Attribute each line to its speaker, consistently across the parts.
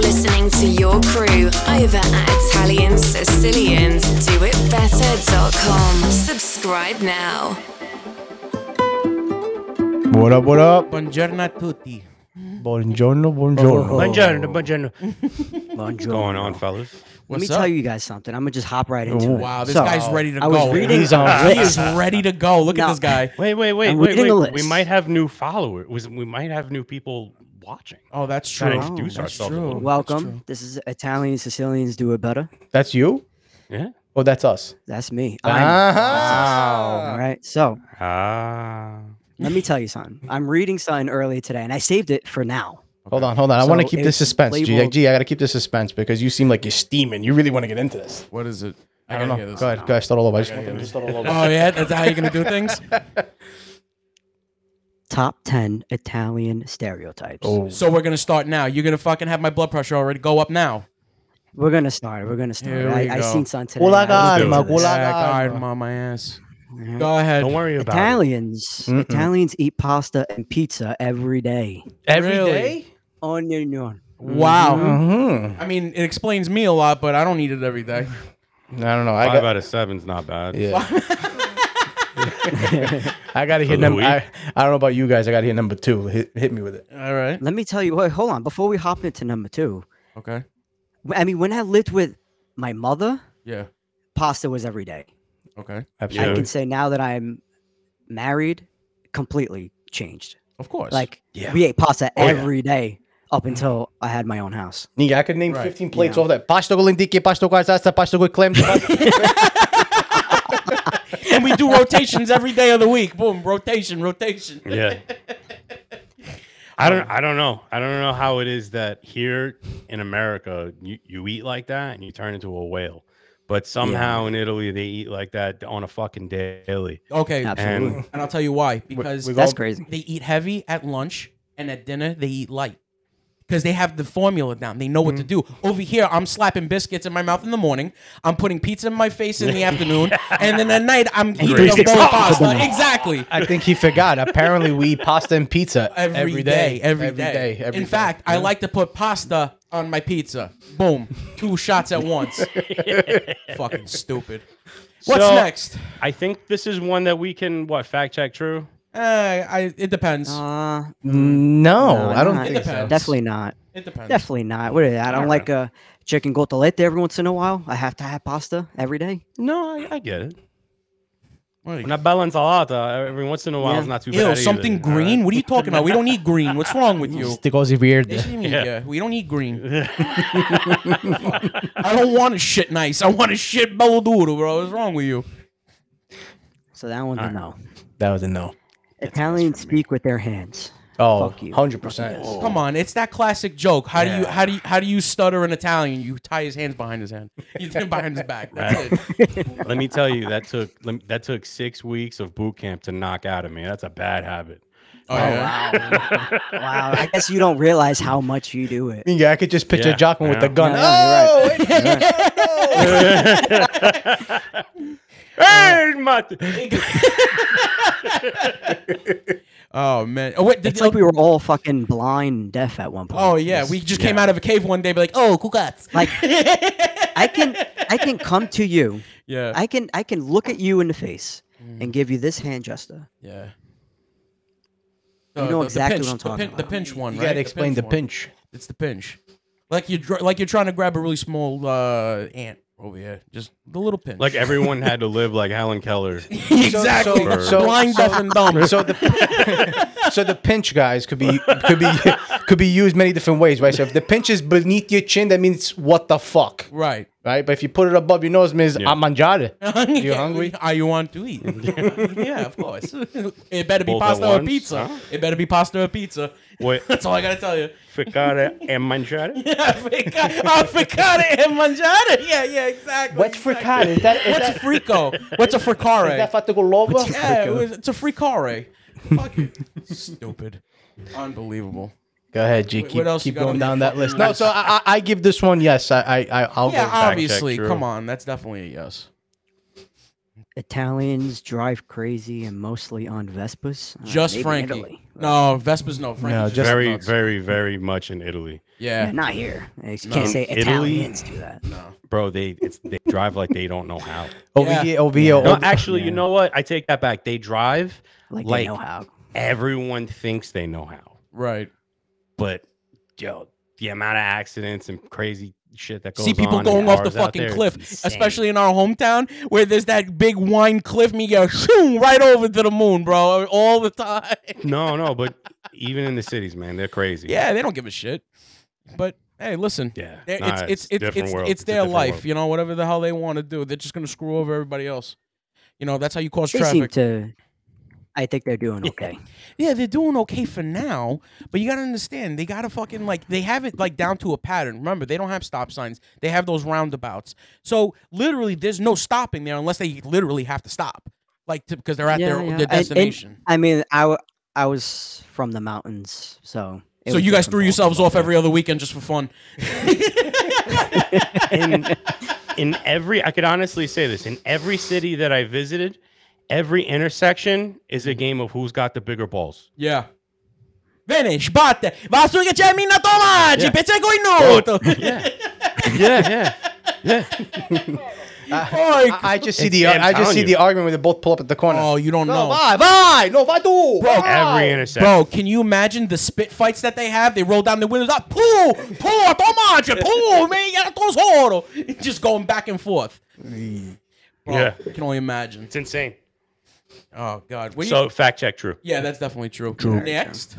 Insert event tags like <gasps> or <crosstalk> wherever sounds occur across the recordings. Speaker 1: to your crew over at ItaliansSiciliansDoItBetter.com. Subscribe now.
Speaker 2: What up, what up?
Speaker 3: Buongiorno a tutti.
Speaker 2: Buongiorno, buongiorno.
Speaker 3: Buongiorno, buongiorno.
Speaker 4: What's
Speaker 5: Oh. going on, fellas?
Speaker 3: What's
Speaker 4: Let me
Speaker 3: up?
Speaker 4: tell you guys something. I'm gonna just hop right into it.
Speaker 3: Wow, this
Speaker 4: So,
Speaker 3: guy's ready to
Speaker 4: I
Speaker 3: go.
Speaker 4: was reading.
Speaker 2: He's on
Speaker 3: he is ready to go. Look at
Speaker 4: No.
Speaker 3: this guy.
Speaker 5: Wait, wait, wait,
Speaker 4: I'm
Speaker 5: wait,
Speaker 4: reading
Speaker 5: wait.
Speaker 4: a
Speaker 5: We
Speaker 4: list.
Speaker 5: might have new followers. Was- We might have new people watching.
Speaker 3: Oh, that's
Speaker 5: Gotta
Speaker 3: true.
Speaker 5: introduce
Speaker 3: that's
Speaker 5: ourselves a
Speaker 3: true.
Speaker 5: little bit.
Speaker 4: Welcome. This is Italian Sicilians do it better.
Speaker 2: That's you?
Speaker 5: Yeah.
Speaker 2: Oh, that's us.
Speaker 4: That's me. I'm-
Speaker 2: Wow.
Speaker 4: All right. So
Speaker 5: Ah.
Speaker 4: let me tell you something. I'm reading something earlier today, and I saved it for now.
Speaker 2: Hold on, hold on. I want to
Speaker 4: So
Speaker 2: keep the
Speaker 4: it's
Speaker 2: suspense. G, I
Speaker 4: labeled-
Speaker 2: G, I got to keep the suspense because you seem like you're steaming. You really want to get into this.
Speaker 3: What is it?
Speaker 2: I, don't know. Go ahead, go ahead. Start all over. I just want them to start all over.
Speaker 3: Oh yeah, that's how you're gonna do <laughs> things.
Speaker 4: Top ten Italian stereotypes.
Speaker 2: <laughs> Oh.
Speaker 3: So we're gonna start now. You're gonna fucking have my blood pressure already go up now.
Speaker 4: We're gonna start. We're gonna start.
Speaker 3: Here we
Speaker 4: I, I
Speaker 3: go.
Speaker 4: seen something today.
Speaker 2: Hola,
Speaker 4: and I looked
Speaker 5: calma,
Speaker 4: into this.
Speaker 2: hola.
Speaker 3: Yeah,
Speaker 2: God.
Speaker 3: God, on my ass.
Speaker 4: Mhm.
Speaker 3: Go ahead.
Speaker 5: Don't worry about
Speaker 4: Italians.
Speaker 2: Mm-mm.
Speaker 4: Italians eat pasta and pizza every day.
Speaker 5: it. Every
Speaker 3: Really?
Speaker 5: day?
Speaker 4: On your own.
Speaker 3: Wow.
Speaker 4: Mm-hmm.
Speaker 2: Mhm.
Speaker 3: I mean, it explains me a lot, but I don't eat it every day.
Speaker 2: I don't know. I
Speaker 5: Five
Speaker 2: got,
Speaker 5: out of seven's not bad.
Speaker 2: <laughs> yeah. <laughs> I got to hit
Speaker 5: For
Speaker 2: number.
Speaker 5: Louis.
Speaker 2: I, I don't know about you guys. I got to hit number two. Hit, hit me with it.
Speaker 3: All right.
Speaker 4: Let me tell you what. Hold on. Before we hop into number two,
Speaker 3: Okay.
Speaker 4: w- I mean, when I lived with my mother,
Speaker 3: Yeah.
Speaker 4: pasta was every day.
Speaker 3: Okay.
Speaker 4: I
Speaker 2: Absolutely.
Speaker 4: can say now that I'm married, completely changed.
Speaker 3: Of course.
Speaker 4: Like
Speaker 2: Yeah.
Speaker 4: we ate pasta
Speaker 2: Oh, yeah.
Speaker 4: every day up until I had my own house.
Speaker 2: Nigga, I could name
Speaker 3: Right,
Speaker 2: 15 plates
Speaker 4: yeah.
Speaker 2: off that. Pasto con lenticchie, pasto con salsa, pasto con clam.
Speaker 3: and we do rotations every day of the week. Boom, rotation, rotation.
Speaker 5: <laughs> Yeah. I don't I don't know. I don't know how it is that here in America you, you eat like that and you turn into a whale. But somehow in Italy they eat like that on a fucking daily.
Speaker 3: Okay.
Speaker 4: Absolutely.
Speaker 5: And
Speaker 3: And I'll tell you why. Because
Speaker 2: we go-
Speaker 4: That's
Speaker 2: Well,
Speaker 4: crazy.
Speaker 3: they eat heavy at lunch and at dinner they eat light. Because they have the formula down. They know what to do. Over here, I'm slapping biscuits in my mouth in the morning. I'm putting pizza in my face in the <laughs> afternoon. And then at night, I'm eating a
Speaker 2: breadsticks.
Speaker 3: bowl of pasta. Exactly.
Speaker 2: I think he forgot. Apparently, we eat pasta and pizza
Speaker 3: <laughs> every day, every day.
Speaker 2: every
Speaker 3: in
Speaker 2: day.
Speaker 3: fact, I like to put pasta on my pizza. Boom, two shots at <laughs> once. Fucking stupid. What's
Speaker 5: So-
Speaker 3: next?
Speaker 5: I think this is one that we can what fact check true?
Speaker 3: Uh, I it depends.
Speaker 4: Uh,
Speaker 2: No,
Speaker 4: no,
Speaker 2: I don't
Speaker 4: not.
Speaker 2: think so.
Speaker 3: Depends.
Speaker 4: definitely not.
Speaker 3: it depends.
Speaker 4: Definitely not. What is that? I don't
Speaker 5: Alright.
Speaker 4: like a chicken gotolette every once in a while. I have to have pasta every day.
Speaker 5: No, I, I get it.
Speaker 3: What
Speaker 5: When I balance a lot, uh, every once in a while,
Speaker 4: Yeah.
Speaker 5: it's not too
Speaker 3: Ew,
Speaker 5: bad.
Speaker 3: something
Speaker 5: either,
Speaker 3: green. What are you talking about? We don't need green. What's wrong with
Speaker 2: <laughs>
Speaker 3: you?
Speaker 2: Este così weird.
Speaker 3: What do you mean,
Speaker 5: Yeah.
Speaker 3: yeah, we don't need green.
Speaker 5: all right?
Speaker 3: I don't want to shit nice. I want to shit bello doodle, bro. What's wrong with you?
Speaker 4: So that one's a no.
Speaker 2: That was a no.
Speaker 4: Italians speak with their hands.
Speaker 2: Oh,
Speaker 4: Fuck you.
Speaker 2: 100%.
Speaker 3: Come on, it's that classic joke. How do you how do you how do you stutter in Italian? You tie his hands behind his hand, <laughs> you behind his back. That's
Speaker 5: Right.
Speaker 3: it.
Speaker 5: Let me tell you, that took lem- that took six weeks of boot camp to knock out of me. That's a bad habit.
Speaker 3: Oh, yeah. <laughs>
Speaker 4: Wow. I guess you don't realize how much you do it.
Speaker 2: Yeah, I could just picture
Speaker 5: Yeah,
Speaker 2: Jock with
Speaker 5: yeah.
Speaker 2: the gun.
Speaker 4: Yeah, yeah,
Speaker 2: oh, wait.
Speaker 5: <laughs> Hey, Matt!
Speaker 3: <laughs> Oh man. Oh wait. Did,
Speaker 4: It's like we were all fucking blind and deaf at one point.
Speaker 3: oh yeah. We just came
Speaker 5: Yeah.
Speaker 3: out of a cave one day, be like, oh, cucats.
Speaker 4: <laughs> Like I can I
Speaker 3: <laughs>
Speaker 4: can come to you.
Speaker 3: Yeah.
Speaker 4: I can I can look at you in the face
Speaker 3: Mm.
Speaker 4: and give you this hand gesture.
Speaker 3: yeah.
Speaker 4: You know exactly
Speaker 3: pinch,
Speaker 4: what I'm
Speaker 3: the
Speaker 4: talking
Speaker 3: pin- the
Speaker 4: about.
Speaker 3: pinch one,
Speaker 2: You
Speaker 3: right?
Speaker 2: gotta explain the
Speaker 3: one.
Speaker 2: pinch.
Speaker 3: It's the pinch. Like you're dr- like you're trying to grab a really small uh, ant over here. Just the little pinch.
Speaker 5: Like everyone had to live like
Speaker 3: <laughs>
Speaker 5: Helen Keller.
Speaker 3: exactly.
Speaker 2: so-
Speaker 5: so-
Speaker 3: Blind,
Speaker 2: so-
Speaker 3: deaf, and <laughs> dumb.
Speaker 2: So the <laughs> so the pinch guys could be could be <laughs> could be used many different ways, right? So if the pinch is beneath your chin, that means what the fuck,
Speaker 3: right.
Speaker 2: right? But if you put it above your nose, it means
Speaker 5: Yeah.
Speaker 2: I'm
Speaker 3: <laughs>
Speaker 2: mangiare.
Speaker 3: You
Speaker 2: hungry?
Speaker 3: Are you want to eat? <laughs> yeah, of course. <laughs> It better be
Speaker 5: Both at
Speaker 3: pasta or
Speaker 5: once,
Speaker 3: pizza.
Speaker 5: huh?
Speaker 3: It better be pasta or pizza. <laughs>
Speaker 5: Wait,
Speaker 3: That's all I gotta tell you.
Speaker 5: Ficare and e mangiare?
Speaker 3: Africana and <laughs> mangiare. Yeah, yeah, exactly.
Speaker 2: What's
Speaker 3: exactly.
Speaker 2: friccata? Is that is
Speaker 3: What's a
Speaker 2: that, is
Speaker 3: frico? <laughs> What's a fricare?
Speaker 2: that fatto con l'uovo?
Speaker 3: yeah, it was, it's a
Speaker 5: <laughs>
Speaker 3: fricare. Fuck it. Stupid. Unbelievable.
Speaker 2: Go ahead, G. Keep,
Speaker 3: what else
Speaker 2: keep
Speaker 3: you got
Speaker 2: going
Speaker 3: on
Speaker 2: down
Speaker 3: that
Speaker 2: that list. No, so I, I, I give this one yes. I, I, I I'll
Speaker 3: Yeah,
Speaker 2: go.
Speaker 3: obviously.
Speaker 5: true.
Speaker 3: Come on, that's definitely a yes.
Speaker 4: Italians drive crazy and mostly on Vespas. Uh,
Speaker 3: Just
Speaker 4: maybe
Speaker 3: Frankie.
Speaker 4: Italy.
Speaker 3: No, Vespa's no. Frankie's
Speaker 2: No,
Speaker 3: <laughs> just
Speaker 2: just-
Speaker 5: very,
Speaker 3: nuts.
Speaker 5: very, very much in Italy,
Speaker 4: Yeah,
Speaker 3: Yeah.
Speaker 4: not here. I just can't say
Speaker 5: Italy?
Speaker 4: Italians do that.
Speaker 5: bro. They it's they drive like they don't
Speaker 3: <laughs>
Speaker 5: know how.
Speaker 2: Over
Speaker 3: Yeah.
Speaker 2: here, over here.
Speaker 5: No,
Speaker 2: over-
Speaker 5: actually, you know what? I take that back. They drive
Speaker 4: Like,
Speaker 5: Like-
Speaker 4: they know how.
Speaker 5: everyone thinks they know how,
Speaker 3: Right.
Speaker 5: but yo, the amount of accidents and crazy shit that goes
Speaker 3: See people
Speaker 5: on in
Speaker 3: going off the
Speaker 5: cars out
Speaker 3: fucking
Speaker 5: there,
Speaker 3: cliff,
Speaker 5: it's insane.
Speaker 3: especially in our hometown where there's that big wine cliff. Me go shoom right over to the moon, bro, all the time.
Speaker 5: No, no, but even in the cities, man, they're crazy.
Speaker 3: Yeah, they don't give a shit. But hey, listen,
Speaker 5: yeah.
Speaker 3: They're-
Speaker 5: Nah,
Speaker 3: it's, it's, it's, it's,
Speaker 5: different
Speaker 3: it's,
Speaker 5: world. a
Speaker 3: their
Speaker 5: different
Speaker 3: life,
Speaker 5: world.
Speaker 3: you know, whatever the hell they want to do. They're just going to screw over everybody else. You know, that's how you cause
Speaker 4: They
Speaker 3: traffic.
Speaker 4: seem to. I think they're doing okay.
Speaker 3: yeah, they're doing okay for now, but you got to understand, they got to fucking like, they have it like down to a pattern. Remember, they don't have stop signs, they have those roundabouts. So literally, there's no stopping there unless they literally have to stop, like, to, because they're at their,
Speaker 4: Yeah, yeah.
Speaker 3: their
Speaker 4: And- and
Speaker 3: destination.
Speaker 4: I mean, I, w- I was from the mountains, so. it
Speaker 3: so
Speaker 4: was
Speaker 3: you guys
Speaker 4: different
Speaker 3: threw
Speaker 4: ball
Speaker 3: yourselves
Speaker 4: game
Speaker 3: off
Speaker 4: up
Speaker 3: every other weekend just for fun.
Speaker 5: in in every I could honestly say this in every city that I visited, every intersection is a game of who's got the bigger balls.
Speaker 3: Yeah. Venish, batte, va su che c'è Minna Tomagi,
Speaker 5: Yeah. Oh,
Speaker 3: pezzeco ignoto.
Speaker 5: Yeah, yeah,
Speaker 3: <laughs>
Speaker 2: I, I just see
Speaker 5: It's-
Speaker 2: the
Speaker 5: I'm
Speaker 2: I just
Speaker 5: telling
Speaker 2: see
Speaker 5: you.
Speaker 2: the argument where they both pull up at the corner.
Speaker 3: Oh, you don't
Speaker 2: no,
Speaker 3: know.
Speaker 2: vai, vai, no, vai tu,
Speaker 5: Every
Speaker 2: vai.
Speaker 5: intersection.
Speaker 3: Bro, can you imagine the spit fights that they have? They roll down the windows Ah, up, pull, pull, Tomagi,
Speaker 5: <laughs>
Speaker 3: pull, man, you oro. Just going back and forth. Bro,
Speaker 5: Mm. Yeah.
Speaker 3: I can only imagine.
Speaker 5: It's insane.
Speaker 3: Oh, God. What do you-
Speaker 5: So fact check true.
Speaker 3: yeah, that's definitely true. Next.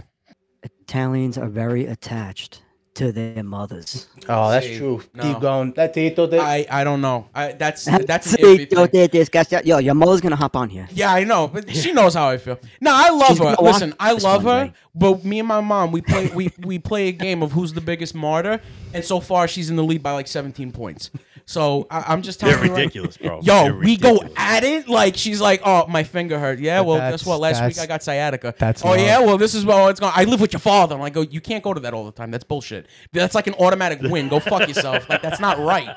Speaker 4: Italians are very attached to their
Speaker 5: <laughs>
Speaker 4: mothers.
Speaker 2: Oh, that's
Speaker 3: See,
Speaker 2: true.
Speaker 3: no.
Speaker 2: Keep going. That's it. That's
Speaker 3: I, I don't know. I, that's that's an
Speaker 4: See,
Speaker 3: iffy
Speaker 4: yo,
Speaker 3: thing.
Speaker 4: they discuss that. Yo, your mother's gonna hop on here.
Speaker 3: Yeah, I know, but she knows how I feel. No, I love
Speaker 4: She's
Speaker 3: her.
Speaker 4: gonna walk
Speaker 3: Listen, I
Speaker 4: this
Speaker 3: love
Speaker 4: one
Speaker 3: her,
Speaker 4: day.
Speaker 3: but me and my mom, we play we we play a game of who's the biggest martyr, and so far she's in the lead by like 17 points. So I, I'm just telling
Speaker 5: They're
Speaker 3: you right-
Speaker 5: ridiculous, bro.
Speaker 3: Yo,
Speaker 5: They're
Speaker 3: we go
Speaker 5: ridiculous.
Speaker 3: at it like she's like, oh, my finger hurt. Yeah, well, guess
Speaker 2: that's-
Speaker 3: what? Last week
Speaker 2: that's-
Speaker 3: I got sciatica.
Speaker 2: that's
Speaker 3: oh
Speaker 2: love.
Speaker 3: yeah, well this is well it's gone. I live with your father. I'm like, oh, you can't go to that all the time. That's bullshit. That's like an automatic win. Go fuck yourself. Like that's not right.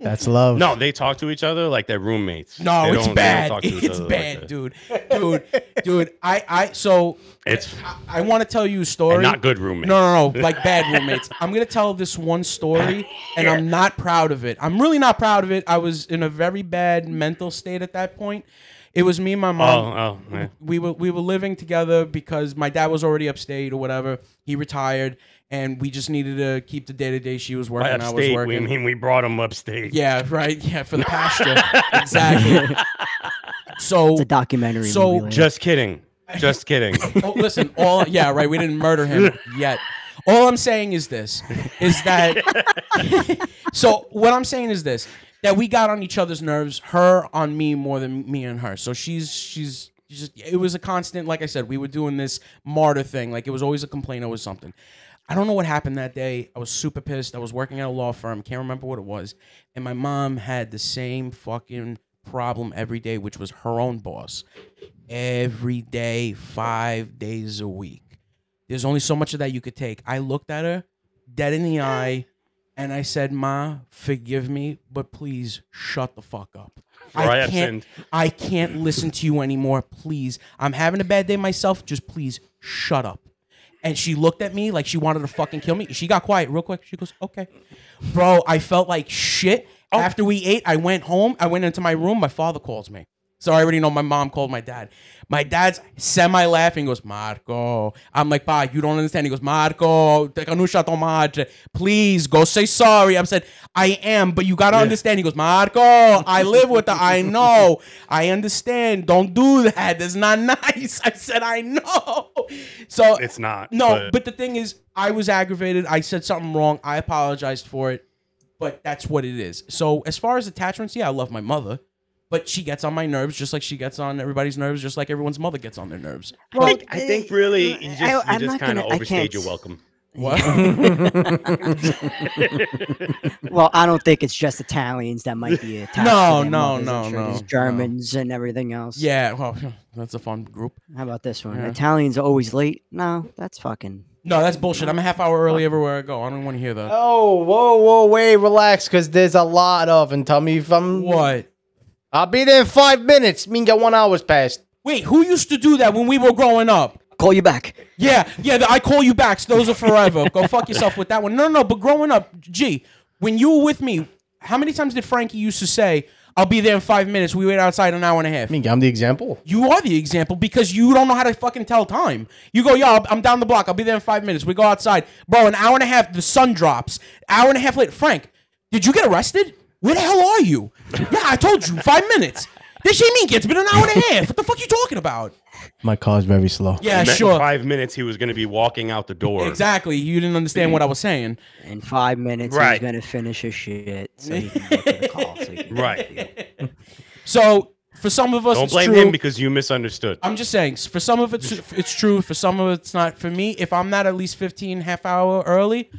Speaker 2: that's love.
Speaker 5: No, they talk to each other like they're roommates.
Speaker 3: No,
Speaker 5: They
Speaker 3: it's
Speaker 5: don't- they don't
Speaker 3: bad.
Speaker 5: talk to each
Speaker 3: It's
Speaker 5: other like
Speaker 3: bad,
Speaker 5: that.
Speaker 3: dude. Dude, dude. I, I. So
Speaker 5: It's
Speaker 3: I want to tell you a story.
Speaker 5: and not good roommates.
Speaker 3: No, no, no. Like bad roommates. I'm gonna tell this one story, and I'm not proud of it. I'm really not proud of it. I was in a very bad mental state at that point. It was me and my mom
Speaker 5: Oh, oh, man.
Speaker 3: we were we were living together because my dad was already upstate or whatever. He retired, and we just needed to keep the day to day. She was working,
Speaker 5: By
Speaker 3: I was
Speaker 5: upstate,
Speaker 3: working.
Speaker 5: we mean we brought them upstate.
Speaker 3: Yeah, right. Yeah, for the pasture.
Speaker 5: <laughs>
Speaker 3: exactly. So
Speaker 4: It's a documentary.
Speaker 3: So,
Speaker 4: movie later.
Speaker 3: <laughs>
Speaker 5: Just kidding. Just kidding.
Speaker 3: oh, listen, all yeah, right. We didn't murder him yet. All I'm saying is this: is that <laughs> so? What I'm saying is this: that we got on each other's nerves, her on me more than me and her. So she's she's just it was a constant. Like I said, we were doing this martyr thing. Like it was always a complaint or something. I don't know what happened that day. I was super pissed. I was working at a law firm. Can't remember what it was. And my mom had the same fucking problem every day, which was her own boss every day, five days a week. There's only so much of that you could take. I looked at her dead in the eye and I said, Ma, forgive me, but please shut the fuck up.
Speaker 5: For I
Speaker 3: I
Speaker 5: have
Speaker 3: can't, I can't listen to you anymore. Please. I'm having a bad day myself. Just please shut up. And she looked at me like she wanted to fucking kill me. She got quiet real quick. She goes, okay. Bro, I felt like shit. After we ate, I went home. I went into my room. My father calls me. So I already know my mom called my dad. My dad's semi laughing goes, Marco. I'm like, Pa, you don't understand. He goes, Marco, te conosci a tua madre. please go say sorry. I'm said, I am, but you gotta understand. He goes, Marco, I live with her. I know. I understand. Don't do that. That's not <laughs> nice. I said, I know. So
Speaker 5: It's not.
Speaker 3: no, but, the thing is, I was aggravated. I said something wrong. I apologized for it, but that's what it is. So as far as attachments, yeah, I love my mother, but she gets on my nerves just like she gets on everybody's nerves, just like everyone's mother gets on their nerves.
Speaker 5: I think, I think really you just,
Speaker 4: eh, uh, I-
Speaker 5: you
Speaker 4: I'm
Speaker 5: just
Speaker 4: not
Speaker 5: kind of
Speaker 4: gonna- I can't
Speaker 5: overstayed your
Speaker 4: s-
Speaker 5: welcome.
Speaker 3: What?
Speaker 4: well, I don't think it's just Italians that might
Speaker 5: <laughs>
Speaker 4: be attached. to
Speaker 3: No, no,
Speaker 4: their mothers. I'm
Speaker 3: no,
Speaker 4: sure there's
Speaker 3: no,
Speaker 4: Germans and everything
Speaker 3: <laughs>
Speaker 4: else.
Speaker 3: yeah, well, <laughs> that's a fun group.
Speaker 4: How about this one?
Speaker 3: Yeah.
Speaker 4: Italians are always late. No, that's fucking.
Speaker 3: No, that's bullshit. I'm a half hour early everywhere I go. I don't want to hear that.
Speaker 2: Oh, whoa, whoa, wait, relax, because there's a lot of, and tell me if I'm
Speaker 3: What?
Speaker 2: I'll be there in five minutes. Mean got one hour's passed.
Speaker 3: Wait, who used to do that when we were growing up?
Speaker 4: Call you back.
Speaker 3: Yeah, yeah. The, I call you backs. Those are forever.
Speaker 2: <laughs>
Speaker 3: Go fuck yourself with that one. No, no. no, But growing up, G, when you were with me, how many times did Frankie used to say, "I'll be there in five minutes"? We wait outside an hour and a half.
Speaker 2: Mean I'm the example.
Speaker 3: You are the example because you don't know how to fucking tell time. You go, yo, I'm- I'm down the block. I'll be there in five minutes. We go outside, bro. An hour and a half. The sun drops. Hour and a half later, Frank, did you get arrested? Where the hell are you? yeah, I told you, five minutes. This shit mean it's been an hour and a half. What the fuck you talking about?
Speaker 2: My car's very slow.
Speaker 3: Yeah,
Speaker 5: In
Speaker 3: Uh, sure.
Speaker 5: Five minutes, he was going to be walking out the door.
Speaker 3: Exactly. You didn't understand what I was saying.
Speaker 4: In five minutes,
Speaker 5: Right.
Speaker 4: he's gonna finish his shit. So he can get to the call. So
Speaker 5: <laughs>
Speaker 4: he can get
Speaker 5: <laughs>
Speaker 3: <laughs>
Speaker 5: Right.
Speaker 4: to you.
Speaker 3: So for some of us,
Speaker 5: Don't
Speaker 3: it's
Speaker 5: blame
Speaker 3: true.
Speaker 5: him because you misunderstood.
Speaker 3: I'm just saying. For some of it's it's true. For some of it's not. For me, if I'm not at least 15 half hour early,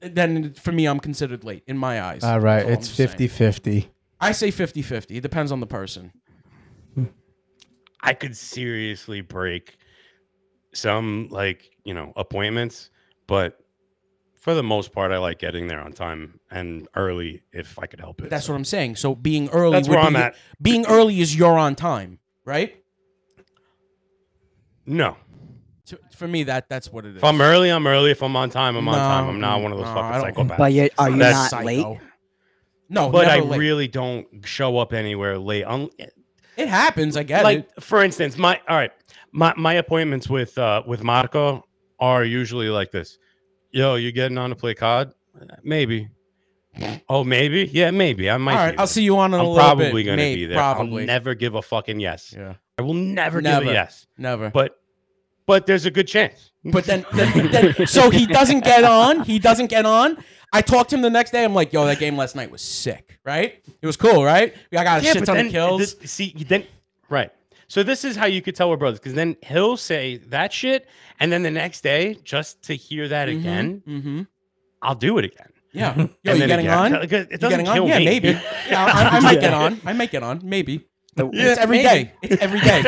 Speaker 3: then for me, I'm considered late in my eyes.
Speaker 2: All right,
Speaker 3: That's all
Speaker 2: it's
Speaker 3: I'm saying.
Speaker 2: 50-50.
Speaker 3: I say 50 50. It depends on the person.
Speaker 5: I could seriously break some like you know appointments, but for the most part, I like getting there on time and early if I could help it.
Speaker 3: That's what I'm saying. So being early.
Speaker 5: That's
Speaker 3: would
Speaker 5: where
Speaker 3: be
Speaker 5: I'm
Speaker 3: your-
Speaker 5: at.
Speaker 3: Being early is you're on time, right?
Speaker 5: no.
Speaker 3: To- For me, that that's what it is.
Speaker 5: If I'm early, I'm early. If I'm on time, I'm on
Speaker 3: No, mm,
Speaker 5: time. I'm not one of those
Speaker 3: no, I
Speaker 5: fucking
Speaker 3: don't-
Speaker 5: psychopaths.
Speaker 4: But you, are you
Speaker 5: That's-
Speaker 4: not
Speaker 3: Psycho.
Speaker 4: late?
Speaker 3: No,
Speaker 5: but I
Speaker 3: never late.
Speaker 5: really don't show up anywhere late. Un-
Speaker 3: it happens. I get it.
Speaker 5: like for instance, my all right, my my appointments with uh with Marco are usually like this. Yo, you getting on to play COD? Maybe. Oh, maybe. Yeah, maybe. I might.
Speaker 3: All
Speaker 5: be
Speaker 3: right, I'll
Speaker 5: there.
Speaker 3: see you on in a
Speaker 5: I'm
Speaker 3: little bit.
Speaker 5: probably gonna
Speaker 3: Maybe,
Speaker 5: be there.
Speaker 3: Probably.
Speaker 5: I'll never give a fucking yes.
Speaker 3: yeah.
Speaker 5: I will never, give
Speaker 3: Never.
Speaker 5: a yes.
Speaker 3: Never.
Speaker 5: But but there's a good chance.
Speaker 3: <laughs> But then, then,
Speaker 5: <laughs>
Speaker 3: then so he doesn't get on. He doesn't get on. I talked to him the next day. I'm like, yo, that game last night was sick, right? It was cool, right? I got a shit
Speaker 5: but
Speaker 3: ton
Speaker 5: then
Speaker 3: of kills.
Speaker 5: This, see, you then right. So this is how you could tell we're brothers, because then he'll say that shit, and then the next day, just to hear that again, <laughs>
Speaker 3: Mm-hmm.
Speaker 5: I'll do it again.
Speaker 3: Yeah. Yo,
Speaker 5: And
Speaker 3: you
Speaker 5: then
Speaker 3: getting
Speaker 5: again.
Speaker 3: on?
Speaker 5: It doesn't
Speaker 3: You getting on?
Speaker 5: kill
Speaker 3: Yeah,
Speaker 5: me.
Speaker 3: maybe. Yeah, I, I might get on. I might get on.
Speaker 5: <laughs>
Speaker 3: Maybe. it's every day. It's every day.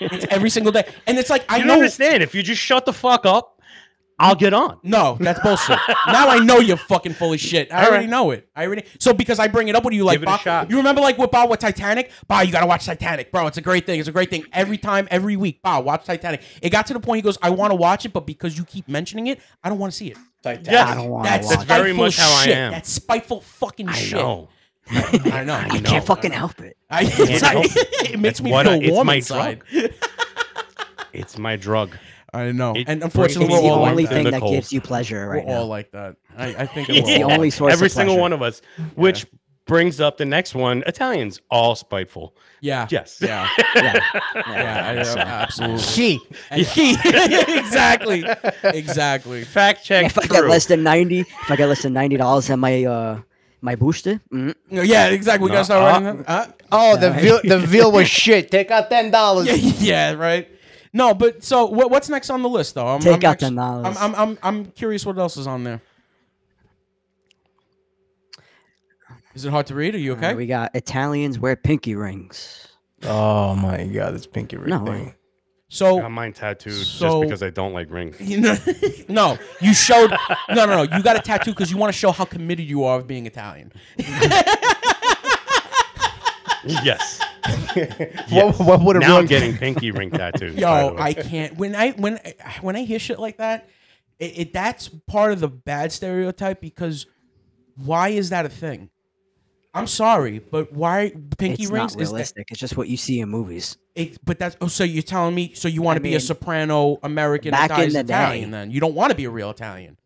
Speaker 3: it's every single day. And it's like I
Speaker 5: You don't
Speaker 3: know.
Speaker 5: understand. If you just shut the fuck up, I'll get on.
Speaker 3: No, that's bullshit. now I know you're fucking full of shit. I
Speaker 5: All
Speaker 3: already
Speaker 5: right.
Speaker 3: know it. I already so because I bring it up. What do you like?
Speaker 5: Give it a
Speaker 3: Ba?
Speaker 5: shot.
Speaker 3: You remember like with Bob with Titanic? Bob, you gotta watch Titanic, bro. It's a great thing. It's a great thing. Every time, every week, Bob, watch Titanic. It got to the point he goes, I want to watch it, but because you keep mentioning it, I don't want to see it.
Speaker 4: I don't want to
Speaker 3: That's,
Speaker 4: watch.
Speaker 5: That's very
Speaker 4: it.
Speaker 3: spiteful
Speaker 5: much how I
Speaker 3: shit.
Speaker 5: am.
Speaker 3: That's spiteful fucking
Speaker 5: I
Speaker 3: Ah, shit.
Speaker 5: know.
Speaker 3: I know.
Speaker 4: I can't fucking help it.
Speaker 3: I,
Speaker 5: Can't help it.
Speaker 3: it makes
Speaker 5: It's
Speaker 3: me
Speaker 5: what I-
Speaker 3: feel
Speaker 5: it's
Speaker 3: warm
Speaker 5: my
Speaker 3: inside.
Speaker 5: It's my drug.
Speaker 3: I know.
Speaker 5: It
Speaker 3: and
Speaker 5: brings
Speaker 3: unfortunately,
Speaker 5: me
Speaker 4: It's
Speaker 3: we're
Speaker 4: the
Speaker 3: all
Speaker 5: warm
Speaker 4: only
Speaker 3: like
Speaker 4: thing
Speaker 3: that.
Speaker 5: the
Speaker 4: that
Speaker 5: cold.
Speaker 4: gives you pleasure right
Speaker 3: We're all
Speaker 4: now.
Speaker 3: like that. I, I think
Speaker 4: It's
Speaker 3: we're
Speaker 4: the
Speaker 3: all
Speaker 4: only
Speaker 3: like
Speaker 4: source
Speaker 5: Every
Speaker 4: of
Speaker 5: single
Speaker 4: pleasure.
Speaker 5: one of us, which brings up the next one. Italians, all spiteful.
Speaker 3: Yeah.
Speaker 5: Yes. <laughs>
Speaker 3: Yeah.
Speaker 4: Yeah.
Speaker 3: Yeah. I, uh,
Speaker 4: <laughs>
Speaker 3: absolutely.
Speaker 2: She.
Speaker 3: And he- <laughs> exactly. Exactly.
Speaker 5: Fact check.
Speaker 4: If I
Speaker 5: true.
Speaker 4: get less than ninety, if I get less than ninety dollars in my uh my booster, mm,
Speaker 3: Yeah. Exactly. We gotta start
Speaker 5: Nuh-uh.
Speaker 3: running. Uh,
Speaker 2: Oh, the veal, the veal <laughs> was shit. Take out ten dollars.
Speaker 3: yeah, <laughs> yeah. Right. No, but so what, what's next on the list though? I'm,
Speaker 4: Take out
Speaker 3: actu-
Speaker 4: the
Speaker 3: I'm,
Speaker 4: knowledge.
Speaker 3: I'm, I'm, I'm curious what else is on there. Is it hard to read? Are you okay?
Speaker 4: Uh, we got Italians wear pinky rings.
Speaker 2: Oh my god, it's pinky ring
Speaker 4: No,
Speaker 2: thing.
Speaker 5: I got
Speaker 3: so
Speaker 5: mine tattooed
Speaker 3: So-
Speaker 5: just because I don't like rings.
Speaker 3: <laughs> you know, <laughs> no, you showed no, no, no. You got a tattoo because you want to show how committed you are of being Italian. <laughs>
Speaker 5: yes.
Speaker 2: What, what would a
Speaker 5: Now
Speaker 2: real
Speaker 5: I'm getting pinky ring
Speaker 3: <laughs>
Speaker 5: tattoos. by the
Speaker 3: Yo,
Speaker 5: way.
Speaker 3: I can't. When I when I- when I hear shit like that, it, it that's part of the bad stereotype because why is that a thing? I'm sorry, but why pinky
Speaker 4: it's
Speaker 3: rings
Speaker 4: not
Speaker 3: is that?
Speaker 4: realistic. It's just what you see in movies.
Speaker 3: It, but that's oh, so you're telling me so you want to be a
Speaker 4: mean,
Speaker 3: soprano American that
Speaker 4: back in
Speaker 3: dies
Speaker 4: the
Speaker 3: Italian
Speaker 4: day-
Speaker 3: then you don't want to be a real Italian.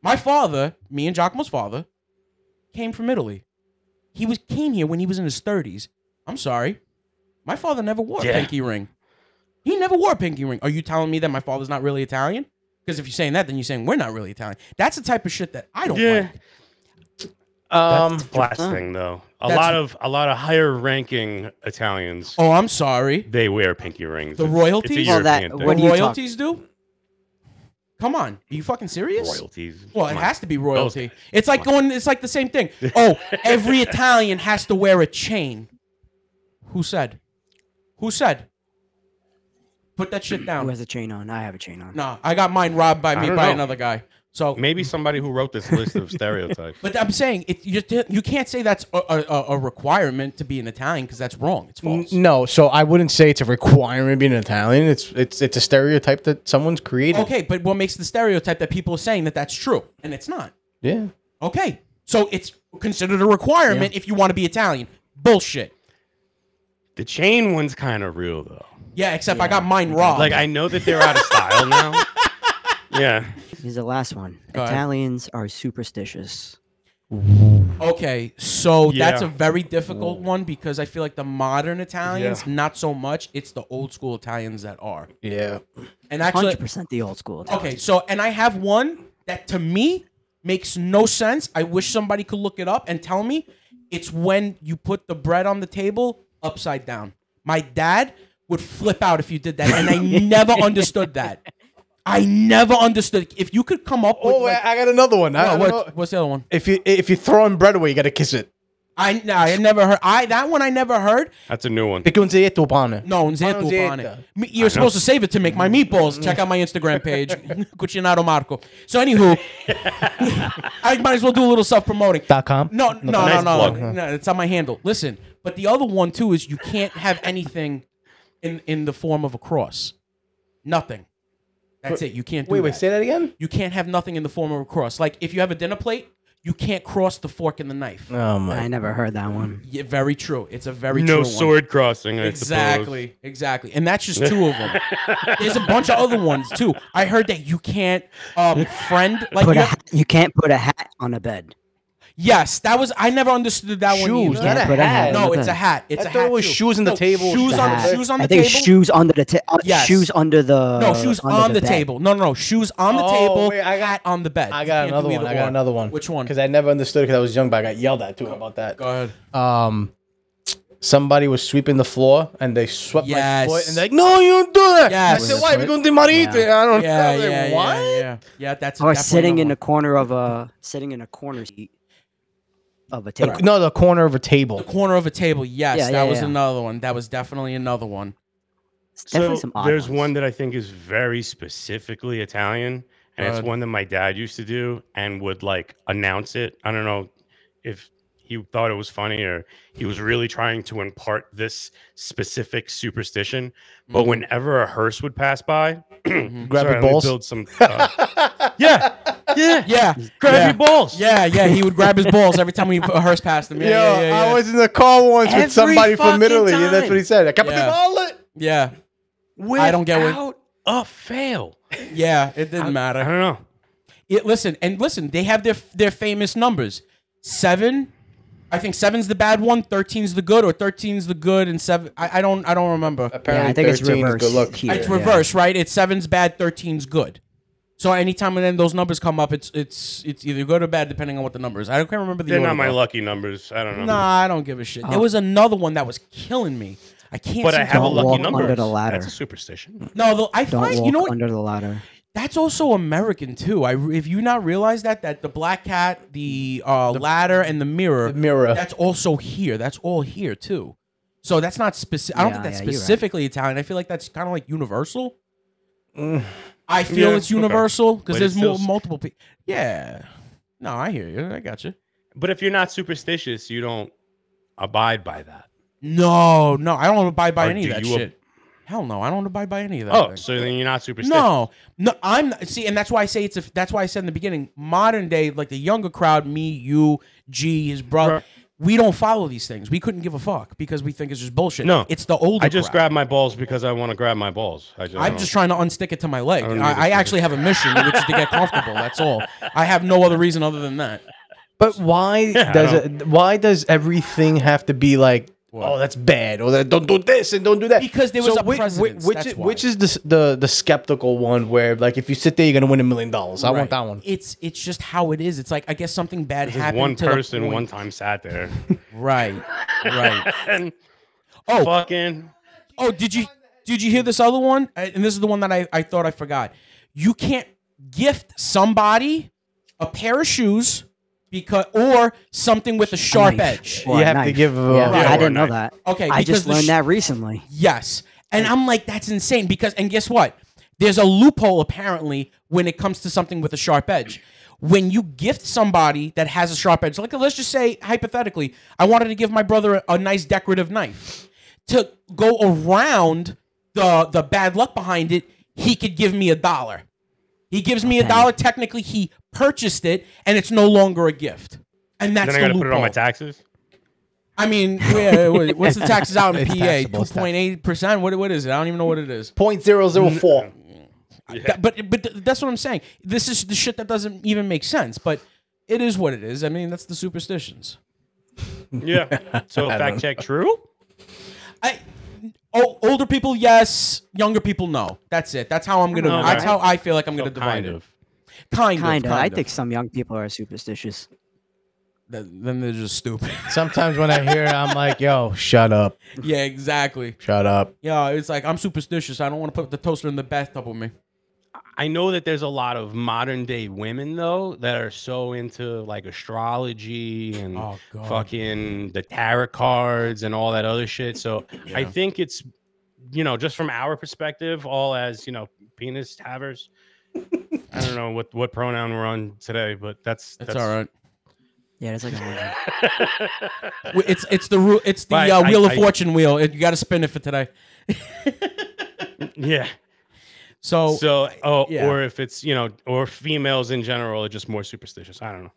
Speaker 3: My father, me and Giacomo's father, came from Italy. He was came here when he was in his 30s. I'm sorry, my father never wore a
Speaker 5: Yeah.
Speaker 3: pinky ring. He never wore a pinky ring. Are you telling me that my father's not really Italian? Because if you're saying that, then you're saying we're not really Italian. That's the type of shit that I don't
Speaker 5: Yeah.
Speaker 3: like.
Speaker 5: Um, last thing though, a
Speaker 3: That's-
Speaker 5: lot of a lot of higher ranking Italians,
Speaker 3: Oh, I'm sorry.
Speaker 5: they wear pinky rings.
Speaker 3: The
Speaker 5: It's-
Speaker 3: royalties?
Speaker 5: it's a
Speaker 4: Well, that-
Speaker 5: European thing.
Speaker 3: What
Speaker 4: What are you talk-
Speaker 3: royalties do? Come on, are you fucking serious?
Speaker 5: royalties.
Speaker 3: Well, it
Speaker 5: Come on.
Speaker 3: has to be royalty.
Speaker 5: guys.
Speaker 3: It's like going. It's like the same thing. Oh, every Italian has to wear a chain. Who said? Who said? Put that shit
Speaker 4: Who
Speaker 3: down.
Speaker 4: has a chain on? I have a chain on.
Speaker 3: Nah, I got mine robbed by me
Speaker 5: don't
Speaker 3: by
Speaker 5: know.
Speaker 3: another guy. So
Speaker 5: Maybe somebody who wrote this
Speaker 3: <laughs>
Speaker 5: list of stereotypes.
Speaker 3: But I'm saying it, you, just- you can't say that's a, a, a- a requirement to be an Italian because that's wrong. It's false.
Speaker 2: No, so I wouldn't say it's a requirement being Italian. It's it's it's a stereotype that someone's created.
Speaker 3: Okay, but what makes the stereotype that people are saying that that's true and it's not?
Speaker 2: Yeah.
Speaker 3: Okay, so it's considered a requirement if you want to be Italian. Bullshit.
Speaker 5: The chain one's kind of real though.
Speaker 3: Yeah, except I got mine robbed.
Speaker 5: Like I know that they're out of
Speaker 3: <laughs>
Speaker 5: style now. Yeah.
Speaker 4: Here's the last one.
Speaker 3: ahead.
Speaker 4: Italians are superstitious.
Speaker 3: okay, so that's a
Speaker 5: Yeah.
Speaker 3: very difficult one because I feel like the modern Italians, not so much. It's the old school Italians that are.
Speaker 2: Yeah.
Speaker 3: And actually,
Speaker 4: Hundred percent the old school. Italians.
Speaker 3: Okay, so and I have one that to me makes no sense. I wish somebody could look it up and tell me. It's when you put the bread on the table upside down. My dad would flip out if you did that,
Speaker 2: <laughs>
Speaker 3: and I never understood that. I never understood. If you could come up with
Speaker 2: Oh,
Speaker 3: like,
Speaker 2: I, I got another one. I- I
Speaker 3: what-
Speaker 2: don't
Speaker 3: what-
Speaker 2: know.
Speaker 3: what's the other one?
Speaker 2: If you if you're throwing bread away, you gotta kiss it.
Speaker 3: I no, I never heard. I that one I never heard.
Speaker 5: That's a new one.
Speaker 2: Perché un zaitto pane.
Speaker 3: No, and
Speaker 2: Pan's
Speaker 3: Zantu on
Speaker 2: Zeta.
Speaker 3: it. Me- You're supposed to save it to make my meatballs. Check out my Instagram page, <laughs> Cucinato Marco. So, anywho, <laughs> I might as well do a little self promoting.
Speaker 2: Dot com?
Speaker 3: No, no, no,
Speaker 5: Nice
Speaker 3: no,
Speaker 5: plug.
Speaker 3: no, It's on my handle. Listen, but the other one too is you can't have anything in in the form of a cross. Nothing. That's it. You can't. Do
Speaker 2: Wait, wait,
Speaker 3: that.
Speaker 2: say that again?
Speaker 3: You can't have nothing in the form of a cross. Like if you have a dinner plate, you can't cross the fork and the knife.
Speaker 2: Oh my
Speaker 4: I never heard that one.
Speaker 3: Yeah, very true. It's a very true
Speaker 5: no
Speaker 3: one.
Speaker 5: sword crossing. I
Speaker 3: Exactly,
Speaker 5: Suppose.
Speaker 3: exactly, and that's just two of
Speaker 5: <laughs>
Speaker 3: them. There's a bunch of other ones too. I heard that you can't um, friend like
Speaker 4: Put
Speaker 3: you
Speaker 4: a hat, you can't put a hat on a bed.
Speaker 3: yes, that was I never understood that one.
Speaker 2: Shoes,
Speaker 3: Either.
Speaker 2: not
Speaker 4: Yeah,
Speaker 2: a
Speaker 4: put a
Speaker 2: hat.
Speaker 4: hat.
Speaker 3: No,
Speaker 4: on a
Speaker 3: it's a
Speaker 4: bed.
Speaker 3: hat. It's
Speaker 2: I
Speaker 3: a
Speaker 2: thought it
Speaker 3: hat.
Speaker 2: was
Speaker 3: too.
Speaker 2: shoes on the
Speaker 3: No,
Speaker 2: table.
Speaker 3: Shoes
Speaker 2: The
Speaker 3: on
Speaker 2: hat.
Speaker 3: shoes on the
Speaker 4: I think
Speaker 3: table.
Speaker 4: shoes under the ta- uh,
Speaker 3: Yes.
Speaker 4: shoes under the
Speaker 3: no, shoes
Speaker 4: under
Speaker 3: on the,
Speaker 4: bed.
Speaker 3: table. No, no, no, shoes on the
Speaker 2: Oh,
Speaker 3: table.
Speaker 2: wait, I got-
Speaker 3: hat on the bed.
Speaker 2: I
Speaker 3: You
Speaker 2: got
Speaker 3: can't do
Speaker 2: another one.
Speaker 3: either
Speaker 2: I got another one.
Speaker 3: Which one?
Speaker 2: Because I never understood because I was young, but I got yelled at too about that.
Speaker 3: Go ahead.
Speaker 2: Um, somebody was sweeping the floor and they swept
Speaker 3: Yes.
Speaker 2: my foot and they're like, "No, you don't do that."
Speaker 3: Yes.
Speaker 2: I said, "Why? We're going to marito." I don't know.
Speaker 3: Yeah,
Speaker 2: I was like,
Speaker 3: yeah,
Speaker 2: what?
Speaker 3: yeah, yeah, yeah. That's
Speaker 4: Or
Speaker 3: definitely
Speaker 4: sitting
Speaker 3: another
Speaker 4: in
Speaker 3: one.
Speaker 4: a corner of a sitting in a corner seat of a table.
Speaker 2: The- no, the corner of a table.
Speaker 3: the corner of a table. Yes,
Speaker 4: Yeah,
Speaker 3: that
Speaker 4: yeah,
Speaker 3: was
Speaker 4: yeah.
Speaker 3: another one. That was definitely another one.
Speaker 4: It's definitely
Speaker 5: So
Speaker 4: some odd
Speaker 5: there's
Speaker 4: ones.
Speaker 5: one that I think is very specifically Italian, and
Speaker 3: Good.
Speaker 5: it's one that my dad used to do and would like announce it. I don't know if he thought it was funny or he was really trying to impart this specific superstition.
Speaker 3: Mm-hmm.
Speaker 5: But whenever a hearse would pass by,
Speaker 2: Grab
Speaker 5: <clears throat> sorry,
Speaker 2: your
Speaker 5: let me
Speaker 2: balls.
Speaker 4: <laughs>
Speaker 5: build some. uh, yeah, yeah,
Speaker 3: <laughs> Yeah,
Speaker 5: Grab
Speaker 3: yeah.
Speaker 5: your balls.
Speaker 3: Yeah, yeah, he would grab his balls every time we put a hearse past him. Yeah,
Speaker 2: Yo,
Speaker 3: yeah, yeah, yeah.
Speaker 2: I was in the car once
Speaker 5: Every
Speaker 2: with somebody
Speaker 5: fucking
Speaker 2: from Italy, and that's what he said. I kept
Speaker 3: Yeah.
Speaker 2: the wallet.
Speaker 3: yeah, I don't get what-
Speaker 5: Without a fail.
Speaker 3: yeah, it didn't
Speaker 5: I
Speaker 3: matter.
Speaker 5: don't know.
Speaker 3: Yeah, listen, and listen, they have their their famous numbers. Seven, I think seven's the bad one, thirteen's the good, or thirteen's the good, and seven. I, I don't, I don't remember.
Speaker 4: Yeah, I think it's
Speaker 2: 13 is
Speaker 4: reverse.
Speaker 2: Good luck.
Speaker 4: here,
Speaker 3: it's
Speaker 4: yeah.
Speaker 3: reverse, right? It's seven's bad, thirteen's good. So anytime then those numbers come up, it's it's it's either good or bad depending on what the number is. I can't remember the.
Speaker 5: They're
Speaker 3: order,
Speaker 5: not my
Speaker 3: though.
Speaker 5: lucky numbers. I don't know.
Speaker 3: Nah, I don't give a shit.
Speaker 4: Oh.
Speaker 3: There was another one that was killing me. I can't.
Speaker 5: But I
Speaker 3: seem to
Speaker 5: have a
Speaker 4: Don't
Speaker 5: lucky
Speaker 4: walk
Speaker 5: number.
Speaker 4: under the ladder.
Speaker 5: That's a superstition.
Speaker 3: No, though, I
Speaker 4: Don't
Speaker 3: find
Speaker 4: walk
Speaker 3: you know what
Speaker 4: under the ladder.
Speaker 3: that's also American too. I re- if you not realize that that the black cat, the uh, ladder, and the mirror,
Speaker 2: The mirror.
Speaker 3: that's also here. That's all here too. So that's not specific. I don't
Speaker 4: Yeah,
Speaker 3: think that's
Speaker 4: yeah, you're right.
Speaker 3: specifically Italian. I feel like that's kind of like universal. I feel
Speaker 5: Mm. Yeah,
Speaker 3: it's
Speaker 5: okay.
Speaker 3: universal because
Speaker 5: But
Speaker 3: there's
Speaker 5: it's still
Speaker 3: more,
Speaker 5: s-
Speaker 3: multiple people. Yeah. No, I hear you. I got you.
Speaker 5: But if you're not superstitious, you don't abide by that.
Speaker 3: No, no, I don't abide by
Speaker 5: Or
Speaker 3: any of
Speaker 5: do
Speaker 3: that
Speaker 5: you ab-
Speaker 3: shit. Hell no, I don't abide by any of that.
Speaker 5: Oh,
Speaker 3: thing.
Speaker 5: so then you're not superstitious.
Speaker 3: No, no, I'm not- see, and that's why I say it's a. That's why I said in the beginning, modern day, like the younger crowd, me, you, G, his brother,
Speaker 5: Right.
Speaker 3: we don't follow these things. We couldn't give a fuck because we think it's just bullshit.
Speaker 5: No.
Speaker 3: it's the older.
Speaker 5: I just
Speaker 3: crowd.
Speaker 5: grab my balls because I want to grab my balls. I just,
Speaker 3: I'm just trying to unstick it to my leg.
Speaker 5: I don't
Speaker 3: I,
Speaker 5: need
Speaker 3: I
Speaker 5: to-
Speaker 3: actually have a mission, which is to get comfortable. That's all. I have no other reason other than that.
Speaker 2: But why
Speaker 5: I
Speaker 2: does
Speaker 5: know.
Speaker 2: it, why does everything have to be like? Oh, that's bad. Or that, don't do this and don't do that.
Speaker 3: Because there was a
Speaker 2: which,
Speaker 3: precedence,
Speaker 2: Which,
Speaker 3: that's
Speaker 2: is-
Speaker 3: why.
Speaker 2: which is the, s- the the skeptical one where like if you sit there, you're gonna win a million dollars. I want
Speaker 3: Right.
Speaker 2: that one.
Speaker 3: It's it's just how it is. It's like I guess something bad
Speaker 5: This
Speaker 3: happened.
Speaker 5: one
Speaker 3: to the
Speaker 5: person
Speaker 3: point- Oh.
Speaker 5: one time
Speaker 3: <laughs>
Speaker 5: sat there
Speaker 3: Right,
Speaker 5: <laughs>
Speaker 3: right.
Speaker 5: and
Speaker 3: Oh,
Speaker 5: fucking.
Speaker 3: Oh, did you did you hear this other one? Uh, And this is the one that I, I thought I forgot. You can't gift somebody a pair of shoes because or something with a sharp
Speaker 4: Knife
Speaker 3: edge.
Speaker 4: or
Speaker 2: You
Speaker 4: a
Speaker 2: have to
Speaker 4: knife.
Speaker 2: give, uh,
Speaker 4: yeah,
Speaker 5: yeah,
Speaker 4: I
Speaker 5: or a
Speaker 4: didn't know
Speaker 5: knife.
Speaker 4: that.
Speaker 3: Okay,
Speaker 4: I
Speaker 3: because
Speaker 4: just
Speaker 3: the
Speaker 4: learned
Speaker 3: sh-
Speaker 4: that recently.
Speaker 3: Yes. And I'm like, that's insane because, and guess what? There's a loophole apparently when it comes to something with a sharp edge. When you gift somebody that has a sharp edge, like let's just say hypothetically, I wanted to give my brother a, a nice decorative knife to go around the the bad luck behind it. He could give me a dollar. He gives me a dollar. Technically, he purchased it, and it's no longer a gift. And that's
Speaker 5: Then
Speaker 3: the
Speaker 5: I gotta
Speaker 3: loophole.
Speaker 5: put it on my taxes.
Speaker 3: I mean, where- where- what's the taxes out in
Speaker 2: It's
Speaker 3: PA?
Speaker 2: taxable,
Speaker 3: Two
Speaker 2: it's tax-
Speaker 3: point eight percent. What what is it? I don't even know what it is.
Speaker 2: Point zero zero four.
Speaker 3: That- but but th- that's what I'm saying. This is the shit that doesn't even make sense. But it is what it is. I mean, that's the superstitions. <laughs>
Speaker 5: Yeah. So fact check true.
Speaker 3: I o- older people yes, younger people no. That's it. That's how I'm gonna.
Speaker 5: Okay.
Speaker 3: That's how I feel like I'm
Speaker 5: So
Speaker 3: gonna divide
Speaker 5: kind
Speaker 3: it.
Speaker 5: of.
Speaker 3: Kind,
Speaker 4: Kind
Speaker 3: of.
Speaker 4: of. I think some young people are superstitious.
Speaker 3: Th- then they're just stupid. <laughs>
Speaker 2: Sometimes when I hear it, I'm like, yo, shut up.
Speaker 3: yeah, exactly.
Speaker 2: Shut up.
Speaker 3: Yeah, it's like I'm superstitious. I don't want to put the toaster in the bathtub with me.
Speaker 5: I know that there's a lot of modern day women though that are so into like astrology and
Speaker 3: Oh, God.
Speaker 5: fucking the tarot cards and all that other shit. So I
Speaker 3: Yeah.
Speaker 5: think it's you know just from our perspective, all as you know, penis havers. I don't know what what pronoun we're on today, but that's
Speaker 3: That's all
Speaker 5: <laughs>
Speaker 3: right.
Speaker 4: Yeah, that's like a whole-
Speaker 3: Wh- it's it's the ru- it's the
Speaker 5: But
Speaker 3: uh,
Speaker 5: I-
Speaker 3: wheel of
Speaker 5: I-
Speaker 3: fortune wheel. It, you got to spin it for today.
Speaker 5: Yeah.
Speaker 3: So,
Speaker 5: So oh,
Speaker 3: yeah.
Speaker 5: or if it's you know, or females in general are just more superstitious. I don't know.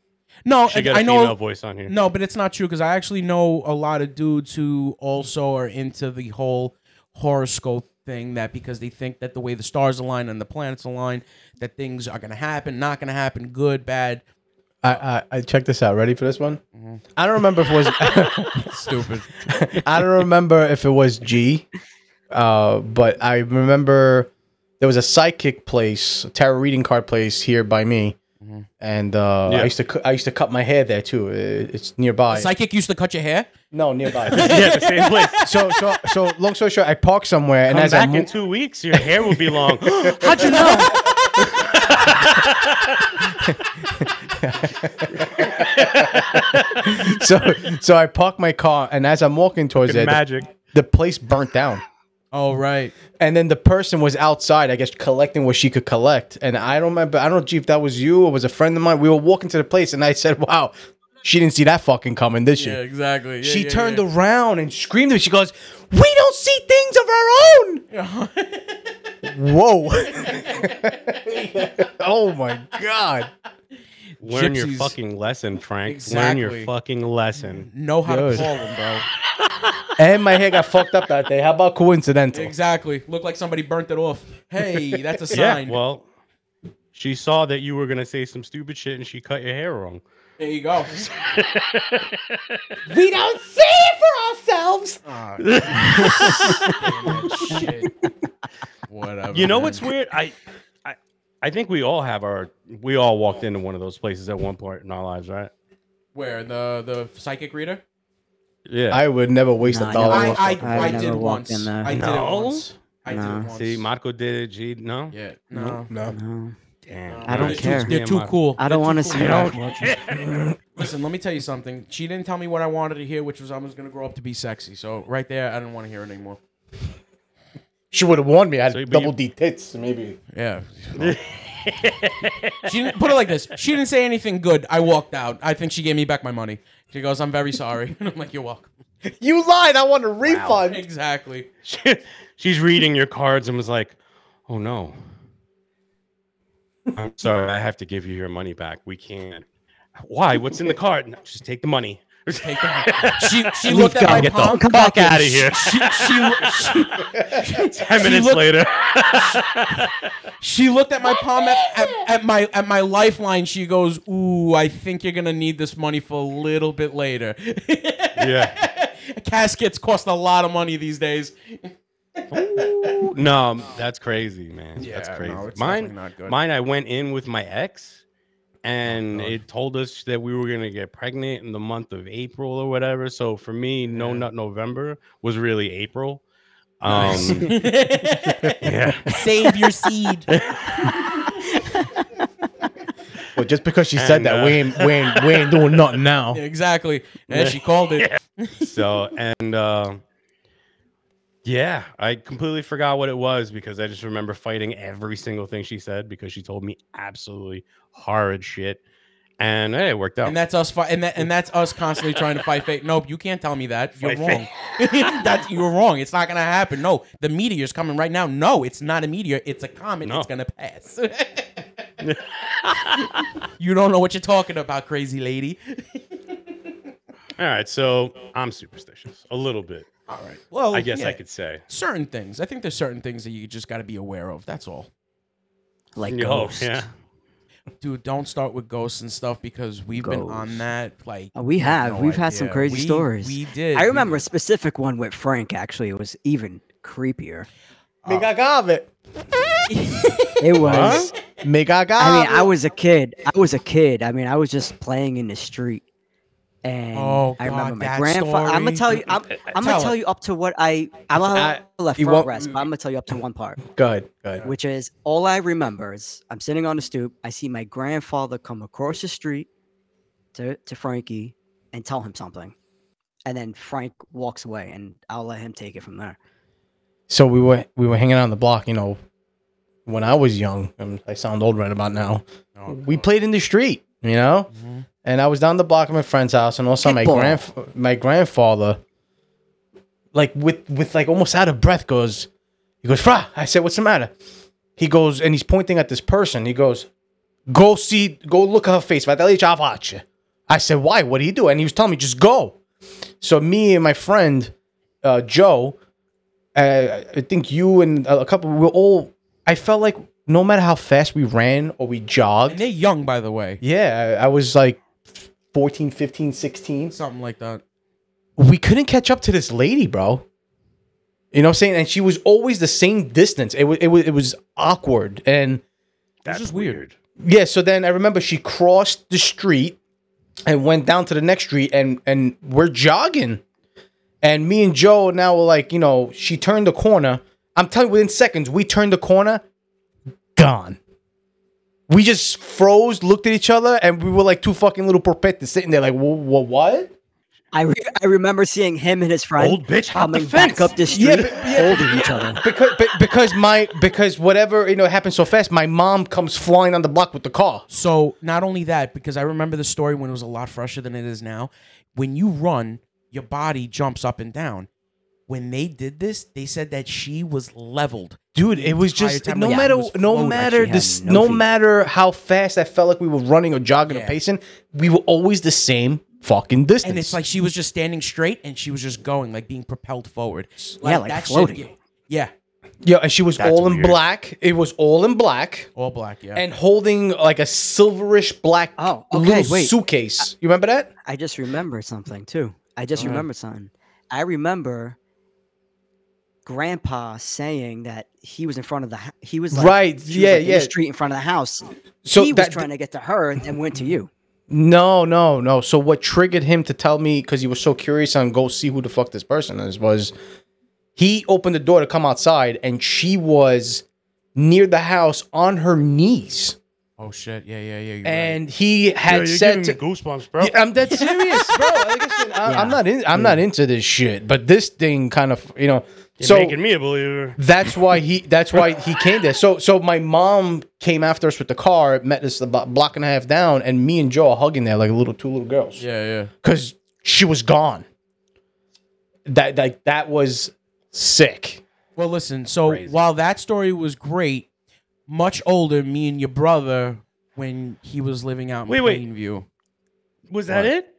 Speaker 3: no,
Speaker 5: Should
Speaker 3: and
Speaker 5: get a
Speaker 3: I <laughs>
Speaker 5: female
Speaker 3: know
Speaker 5: voice on here.
Speaker 3: no, but it's not true because I actually know a lot of dudes who also are into the whole horoscope thing that because they think that the way the stars align and the planets align that things are going to happen, not going to happen, good, bad,
Speaker 2: I, I, I check this out. Ready for this one? I don't remember if it was <laughs>
Speaker 3: <laughs> stupid.
Speaker 2: I don't remember if it was G, uh, but I remember there was a psychic place, a tarot reading card place here by me, and uh,
Speaker 5: Yeah.
Speaker 2: I used to cu- I used to cut my hair there too. It- It's nearby.
Speaker 3: Psychic used to cut your hair?
Speaker 2: no, <laughs> nearby.
Speaker 5: yeah, the
Speaker 3: <laughs>
Speaker 5: same place.
Speaker 2: so so so long story short, I parked somewhere, and
Speaker 5: Come
Speaker 2: as I
Speaker 5: back in
Speaker 2: mo-
Speaker 5: two weeks, your hair will
Speaker 3: <laughs>
Speaker 5: be long. How'd you
Speaker 2: so so I parked my car, and as I'm walking towards it, the,
Speaker 5: magic?
Speaker 2: the place burnt down.
Speaker 3: Oh, right.
Speaker 2: And then the person was outside, I guess, collecting what she could collect. And I don't remember, I don't know, G, if that was you or was a friend of mine. We were walking to the place, and I said, "Wow, she didn't see that fucking coming, did she?"
Speaker 3: Yeah, exactly. Yeah,
Speaker 2: she
Speaker 3: yeah,
Speaker 2: turned
Speaker 3: yeah.
Speaker 2: around and screamed at me. She goes, "We don't see things of our own."
Speaker 3: <laughs>
Speaker 2: Whoa! <laughs> oh my god!
Speaker 5: Learn your
Speaker 3: Gypsies.
Speaker 5: fucking lesson, Frank. Learn
Speaker 3: Exactly.
Speaker 5: your fucking lesson.
Speaker 3: know how
Speaker 2: Dude.
Speaker 3: to call them, <laughs> bro.
Speaker 2: And my hair got fucked up that day. How about coincidental?
Speaker 3: Exactly. Look like somebody burnt it off. Hey, that's a <laughs>
Speaker 5: Yeah.
Speaker 3: sign.
Speaker 5: Well, she saw that you were gonna say some stupid shit, and she cut your hair wrong.
Speaker 3: there you go.
Speaker 2: We don't see it for ourselves.
Speaker 3: Ah, shit. Whatever.
Speaker 5: You know
Speaker 3: man.
Speaker 5: what's weird? I, I, I think we all have our. We all walked into one of those places at one point in our lives, right?
Speaker 3: where the the psychic reader?
Speaker 5: Yeah.
Speaker 2: I would never waste
Speaker 4: Nah,
Speaker 2: a
Speaker 4: I
Speaker 2: dollar.
Speaker 4: never-
Speaker 2: on
Speaker 3: I
Speaker 2: a
Speaker 3: I,
Speaker 2: fucking-
Speaker 4: I've
Speaker 3: I,
Speaker 4: never
Speaker 3: did
Speaker 4: walked
Speaker 3: once.
Speaker 4: in there.
Speaker 3: I did it
Speaker 5: No?
Speaker 3: once. I did
Speaker 4: No.
Speaker 3: it once.
Speaker 5: See, Marco did it. G, no. <laughs>
Speaker 3: yeah, no.
Speaker 2: no.
Speaker 4: no.
Speaker 5: Damn.
Speaker 4: I don't
Speaker 3: They're too-
Speaker 4: care.
Speaker 3: They're too cool.
Speaker 4: I don't
Speaker 3: They're
Speaker 4: want to
Speaker 3: too
Speaker 4: see
Speaker 3: cool.
Speaker 4: that.
Speaker 3: Listen, let me tell you something. She didn't tell me what I wanted to hear, which was I was gonna grow up to be sexy. So right there, I didn't want to hear it anymore.
Speaker 2: She would have warned me. I had
Speaker 5: So, but
Speaker 2: double D
Speaker 5: you-
Speaker 2: tits, maybe.
Speaker 3: Yeah. she didn't put it like this. She didn't say anything good. I walked out. I think she gave me back my money. She goes, "I'm very sorry." <laughs> And I'm like, "You're welcome."
Speaker 2: You lied. I want a refund.
Speaker 3: Exactly.
Speaker 5: She's reading your cards and was like, "Oh no, I'm sorry. I have to give you your money back. We can't. Why? What's in the card? No, just take the money. <laughs>
Speaker 3: Take that. She she looked at my
Speaker 5: Get
Speaker 3: palm.
Speaker 5: the fuck out of here."
Speaker 3: she, she,
Speaker 5: Ten minutes
Speaker 3: looked-
Speaker 5: later,
Speaker 3: she looked at my palm at, at, at my at my lifeline. She goes, "Ooh, I think you're gonna need this money for a little bit later."
Speaker 5: <laughs> yeah.
Speaker 3: <laughs> Caskets cost a lot of money these days.
Speaker 5: <laughs> No, um, that's crazy, man. that's
Speaker 3: Yeah,
Speaker 5: crazy.
Speaker 3: no, it's
Speaker 5: mine,
Speaker 3: definitely not good.
Speaker 5: mine. I went in with my ex, and it told us that we were gonna get pregnant in the month of April or whatever. So for me, no nut November was really April. Um,
Speaker 3: <laughs>
Speaker 5: yeah.
Speaker 3: Save your <laughs> seed.
Speaker 2: Well, just because she
Speaker 5: And,
Speaker 2: said that,
Speaker 5: uh,
Speaker 2: we ain't, we ain't, we ain't doing nothing now.
Speaker 3: exactly. And she called it.
Speaker 5: So and uh, Yeah, I completely forgot what it was because I just remember fighting every single thing she said because she told me absolutely horrid shit, and hey, it worked out.
Speaker 3: And that's us. Fi- and that and that's us constantly trying to fight fake. Nope, you can't tell me that. You're
Speaker 5: Fight
Speaker 3: wrong. <laughs> that's you're wrong. It's not gonna happen. No, the meteor's coming right now. No, it's not a meteor. It's a comet.
Speaker 5: No.
Speaker 3: It's gonna pass. <laughs> you don't know what you're talking about, crazy lady.
Speaker 5: All right, so I'm superstitious a little bit.
Speaker 3: All right. Well,
Speaker 2: Oh,
Speaker 5: I guess
Speaker 3: yeah,
Speaker 5: I could say.
Speaker 3: certain things. I think there's certain things that you just got to be aware of. That's all.
Speaker 4: Like
Speaker 5: Yo,
Speaker 4: ghosts.
Speaker 5: yeah. <laughs>
Speaker 3: Dude, don't start with ghosts and stuff because we've been on
Speaker 4: Ghosts.
Speaker 3: that like
Speaker 4: Uh, We have.
Speaker 3: no
Speaker 4: We've had some
Speaker 3: idea.
Speaker 4: crazy
Speaker 3: We-
Speaker 4: stories.
Speaker 3: We did.
Speaker 4: I
Speaker 3: We-
Speaker 4: remember a specific one with Frank, actually. It was even creepier.
Speaker 2: <laughs> Make a goblet.
Speaker 4: It was.
Speaker 2: Make a
Speaker 4: I mean,
Speaker 2: goblet.
Speaker 4: I was a kid. I was a kid. I mean, I was just playing in the street. And
Speaker 3: Oh,
Speaker 4: I remember
Speaker 3: God,
Speaker 4: my
Speaker 3: that
Speaker 4: grandfather. I'm
Speaker 3: story. Uh,
Speaker 4: gonna tell you. I'm, I'm
Speaker 3: Tell
Speaker 4: gonna tell
Speaker 3: it.
Speaker 4: you up to what I. I'm gonna let
Speaker 2: you
Speaker 4: front
Speaker 2: won't-
Speaker 4: rest, but I'm gonna tell you up to one part,
Speaker 2: Go ahead. Go ahead.
Speaker 4: which is all I remember is I'm sitting on the stoop. I see my grandfather come across the street to to Frankie and tell him something, and then Frank walks away, and I'll let him take it from there.
Speaker 2: So we were we were hanging out on the block, you know, when I was young. And I sound old right about now.
Speaker 3: Oh,
Speaker 2: we played in the street, you know, and I was down the block at my friend's house, and also my
Speaker 4: Kickball.
Speaker 2: grandf- my grandfather, like with with like almost out of breath, goes, he goes, Fra. I said, what's the matter? He goes, and he's pointing at this person. He goes, go see, go look at her face. Vitaly Chavach. I said, why? What did he do? And he was telling me, just go. So me and my friend uh, Joe, uh, I think you and a couple, we were all. I felt like no matter how fast we ran or we jogged,
Speaker 3: And they're young, by the way.
Speaker 2: yeah, I I was like 14, 15, 16.
Speaker 3: Something like that.
Speaker 2: We couldn't catch up to this lady, bro. You know what I'm saying? And she was always the same distance. It was it was it was awkward. And
Speaker 5: That's
Speaker 3: just weird.
Speaker 2: yeah, so then I remember she crossed the street and went down to the next street and and we're jogging. And me and Joe now were like, you know, she turned the corner. I'm telling you, within seconds, we turned the corner, gone. We just froze, looked at each other, and we were like two fucking little porpettes sitting there, like, what? what?
Speaker 4: I, re- I remember seeing him and his friend
Speaker 5: Old bitch, hop the
Speaker 4: coming back
Speaker 5: fence.
Speaker 4: up the
Speaker 2: Yeah,
Speaker 4: street,
Speaker 2: but- yeah.
Speaker 4: holding each other.
Speaker 2: Because, be- because my because whatever you know happened so fast, my mom comes flying on the block with the car.
Speaker 3: So not only that, because I remember the story when it was a lot fresher than it is now. When you run, your body jumps up and down. When they did this, they said that she was leveled.
Speaker 2: Dude, it was just
Speaker 3: entire time
Speaker 2: no
Speaker 3: the
Speaker 2: matter
Speaker 3: guy was
Speaker 2: no
Speaker 3: floating.
Speaker 2: matter
Speaker 4: Actually
Speaker 2: this
Speaker 4: had no
Speaker 2: no,
Speaker 4: feet.
Speaker 2: matter how fast I felt like we were running or jogging or
Speaker 3: Yeah.
Speaker 2: pacing, we were always the same fucking distance.
Speaker 3: And it's like she was just standing straight and she was just going, like being propelled forward.
Speaker 4: like
Speaker 3: that shit-
Speaker 4: floating.
Speaker 3: yeah, yeah,
Speaker 2: yeah, and she was
Speaker 5: That's
Speaker 2: all in
Speaker 5: weird.
Speaker 2: black. It was all in black
Speaker 3: all black, yeah.
Speaker 2: and holding like a silverish black
Speaker 4: Oh, okay,
Speaker 2: little
Speaker 4: wait.
Speaker 2: suitcase. You remember that?
Speaker 4: I just remembered something too. I just remembered something. I remember Grandpa saying that he was in front of the hou- he was like,
Speaker 2: Right,
Speaker 4: she was,
Speaker 2: yeah,
Speaker 4: like, in
Speaker 2: yeah.
Speaker 4: the street in front of the house.
Speaker 2: So
Speaker 4: he
Speaker 2: that-
Speaker 4: was trying to get to her and went to you.
Speaker 2: No, no, no. So what triggered him to tell me because he was so curious on go see who the fuck this person is was he opened the door to come outside and she was near the house on her knees
Speaker 3: oh shit, yeah, yeah, yeah. You're
Speaker 2: and he had said to,
Speaker 5: goosebumps, bro.
Speaker 2: Yeah, I'm dead serious, bro. Like, listen, I, I'm not in, I'm not into this shit, but this thing kind of you know.
Speaker 5: You're
Speaker 2: so
Speaker 5: making me a believer.
Speaker 2: that's why he that's why he came there. So so my mom came after us with the car, met us about block and a half down, and me and Joe are hugging there like little two little girls
Speaker 3: right. yeah, yeah.
Speaker 2: because she was gone. That like that was sick.
Speaker 3: Well, listen. So
Speaker 5: Crazy.
Speaker 3: while that story was great, much older, me and your brother when he was living out in
Speaker 5: Wait, wait.
Speaker 3: Plainview.
Speaker 5: Was that it?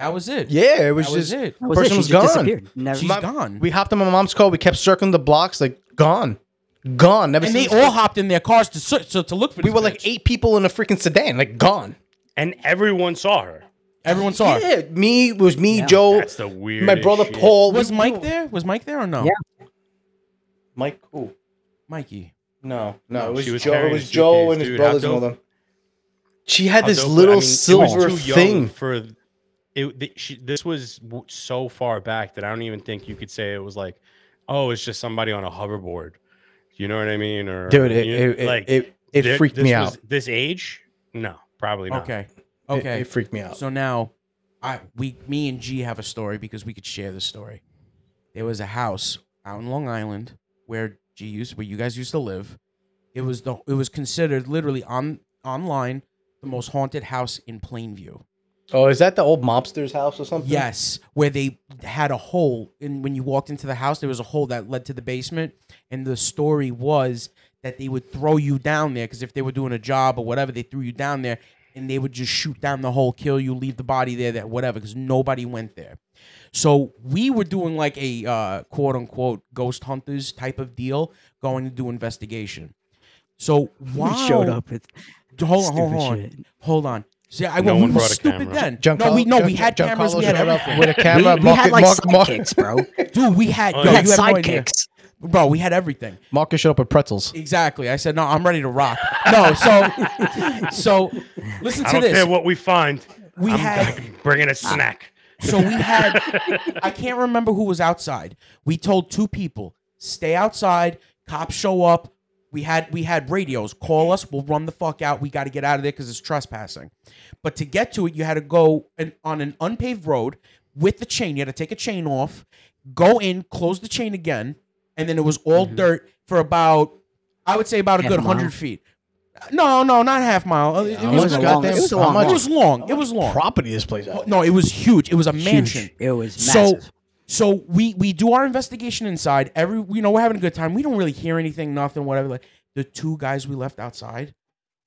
Speaker 3: That was it.
Speaker 2: Yeah, it
Speaker 3: That was it.
Speaker 4: That was it.
Speaker 2: Person
Speaker 4: She
Speaker 2: was
Speaker 4: just
Speaker 2: gone.
Speaker 4: disappeared. Never-
Speaker 3: She's
Speaker 2: My-
Speaker 3: gone.
Speaker 2: We hopped on my mom's car. We kept circling the blocks, like gone, gone. Never.
Speaker 3: and
Speaker 2: seen
Speaker 3: they
Speaker 2: this
Speaker 3: all
Speaker 2: bitch.
Speaker 3: hopped in their cars to search, to, to look for.
Speaker 2: We
Speaker 3: this
Speaker 2: were like
Speaker 3: bitch.
Speaker 2: eight people in a freaking sedan, like gone.
Speaker 5: And everyone saw her.
Speaker 3: Everyone saw her.
Speaker 2: Yeah, me it was me, Joe,
Speaker 5: That's the weird.
Speaker 2: my brother Paul.
Speaker 3: Was
Speaker 2: we-
Speaker 3: Mike
Speaker 2: we-
Speaker 3: there? Was Mike there or no?
Speaker 4: Yeah.
Speaker 2: Mike, who?
Speaker 3: Mikey.
Speaker 2: No, no,
Speaker 5: No,
Speaker 2: it was,
Speaker 5: she was
Speaker 2: Joe. It
Speaker 5: carrying
Speaker 2: was
Speaker 5: a
Speaker 2: Joe
Speaker 5: suitcase,
Speaker 2: and his
Speaker 5: dude. How
Speaker 2: brothers and all
Speaker 5: dope.
Speaker 2: them. She had this
Speaker 5: Although,
Speaker 2: little
Speaker 5: I mean, it was
Speaker 2: silver
Speaker 5: too young
Speaker 2: thing.
Speaker 5: for it. th- she, this was w- so far back that I don't even think you could say it was like, oh, it's just somebody on a hoverboard. You know what I mean? Or
Speaker 2: Dude, it,
Speaker 5: you-
Speaker 2: it, it, it, it
Speaker 5: thi-
Speaker 2: freaked
Speaker 5: this
Speaker 2: me
Speaker 5: was-
Speaker 2: out.
Speaker 5: This age? No, probably not.
Speaker 3: Okay.
Speaker 2: It-
Speaker 3: Okay.
Speaker 2: It, freaked me out.
Speaker 3: So now, I we me and G have a story because we could share the story. There was a house out in Long Island where G used where you guys used to live. It was the it was considered literally on online the most haunted house in Plainview.
Speaker 2: Oh, is that the old mobster's house or something?
Speaker 3: Yes, where they had a hole, and when you walked into the house, there was a hole that led to the basement. And the story was that they would throw you down there because if they were doing a job or whatever, they threw you down there, and they would just shoot down the hole, kill you, leave the body there, that whatever, because nobody went there. So we were doing like a uh, quote unquote ghost hunters type of deal, going to do investigation. So while
Speaker 4: We showed up with
Speaker 3: hold on,
Speaker 4: Stupid
Speaker 3: hold on,
Speaker 4: shit.
Speaker 3: hold on. See, I,
Speaker 5: No
Speaker 3: well, we
Speaker 5: one
Speaker 3: were
Speaker 5: brought a
Speaker 3: stupid
Speaker 5: camera.
Speaker 3: then.
Speaker 2: Giancarlo,
Speaker 3: no, we no, we
Speaker 2: Gian-
Speaker 3: had
Speaker 2: Giancarlo
Speaker 3: cameras. We had
Speaker 2: showed
Speaker 3: everything.
Speaker 2: up with a camera.
Speaker 4: we had
Speaker 2: Marcus-
Speaker 4: like
Speaker 2: Mark- Mark-
Speaker 3: <laughs>
Speaker 4: sidekicks, bro.
Speaker 3: Dude, we had,
Speaker 5: Oh,
Speaker 3: yo,
Speaker 5: yeah.
Speaker 4: Had
Speaker 3: you Oh, have no idea.
Speaker 4: sidekicks.
Speaker 3: Bro, we had everything.
Speaker 2: Marcus showed up with pretzels.
Speaker 3: Exactly. I said, no, I'm ready to rock. No, so, <laughs> so listen
Speaker 5: I
Speaker 3: to
Speaker 5: don't care
Speaker 3: this.
Speaker 5: what we find.
Speaker 3: We
Speaker 5: I'm
Speaker 3: had- Ah.
Speaker 5: bringing a snack.
Speaker 3: So we had, I can't remember who was outside. We told two people, stay outside. Cops show up. We had we had radios. Call us. We'll run the fuck out. We got to get out of there because it's trespassing. But to get to it, you had to go an, on an unpaved road with the chain. You had to take a chain off, go in, close the chain again, and then it was all dirt for about, I would say about a
Speaker 4: Mm-hmm. Half
Speaker 3: good
Speaker 4: a mile.
Speaker 3: hundred feet. No, no, not half mile. Uh, It-
Speaker 2: How
Speaker 3: it,
Speaker 2: much
Speaker 3: was,
Speaker 4: a
Speaker 3: long,
Speaker 4: long-
Speaker 2: goddamn-
Speaker 4: it was a
Speaker 2: how
Speaker 4: long
Speaker 2: much
Speaker 3: it was long. It was long.
Speaker 2: property this place had?
Speaker 3: Oh, No, it was huge. It was a mansion.
Speaker 4: Huge. It was
Speaker 3: So,
Speaker 4: massive.
Speaker 3: so we we do our investigation inside. Every you know we're having a good time. We don't really hear anything, nothing, whatever. Like the two guys we left outside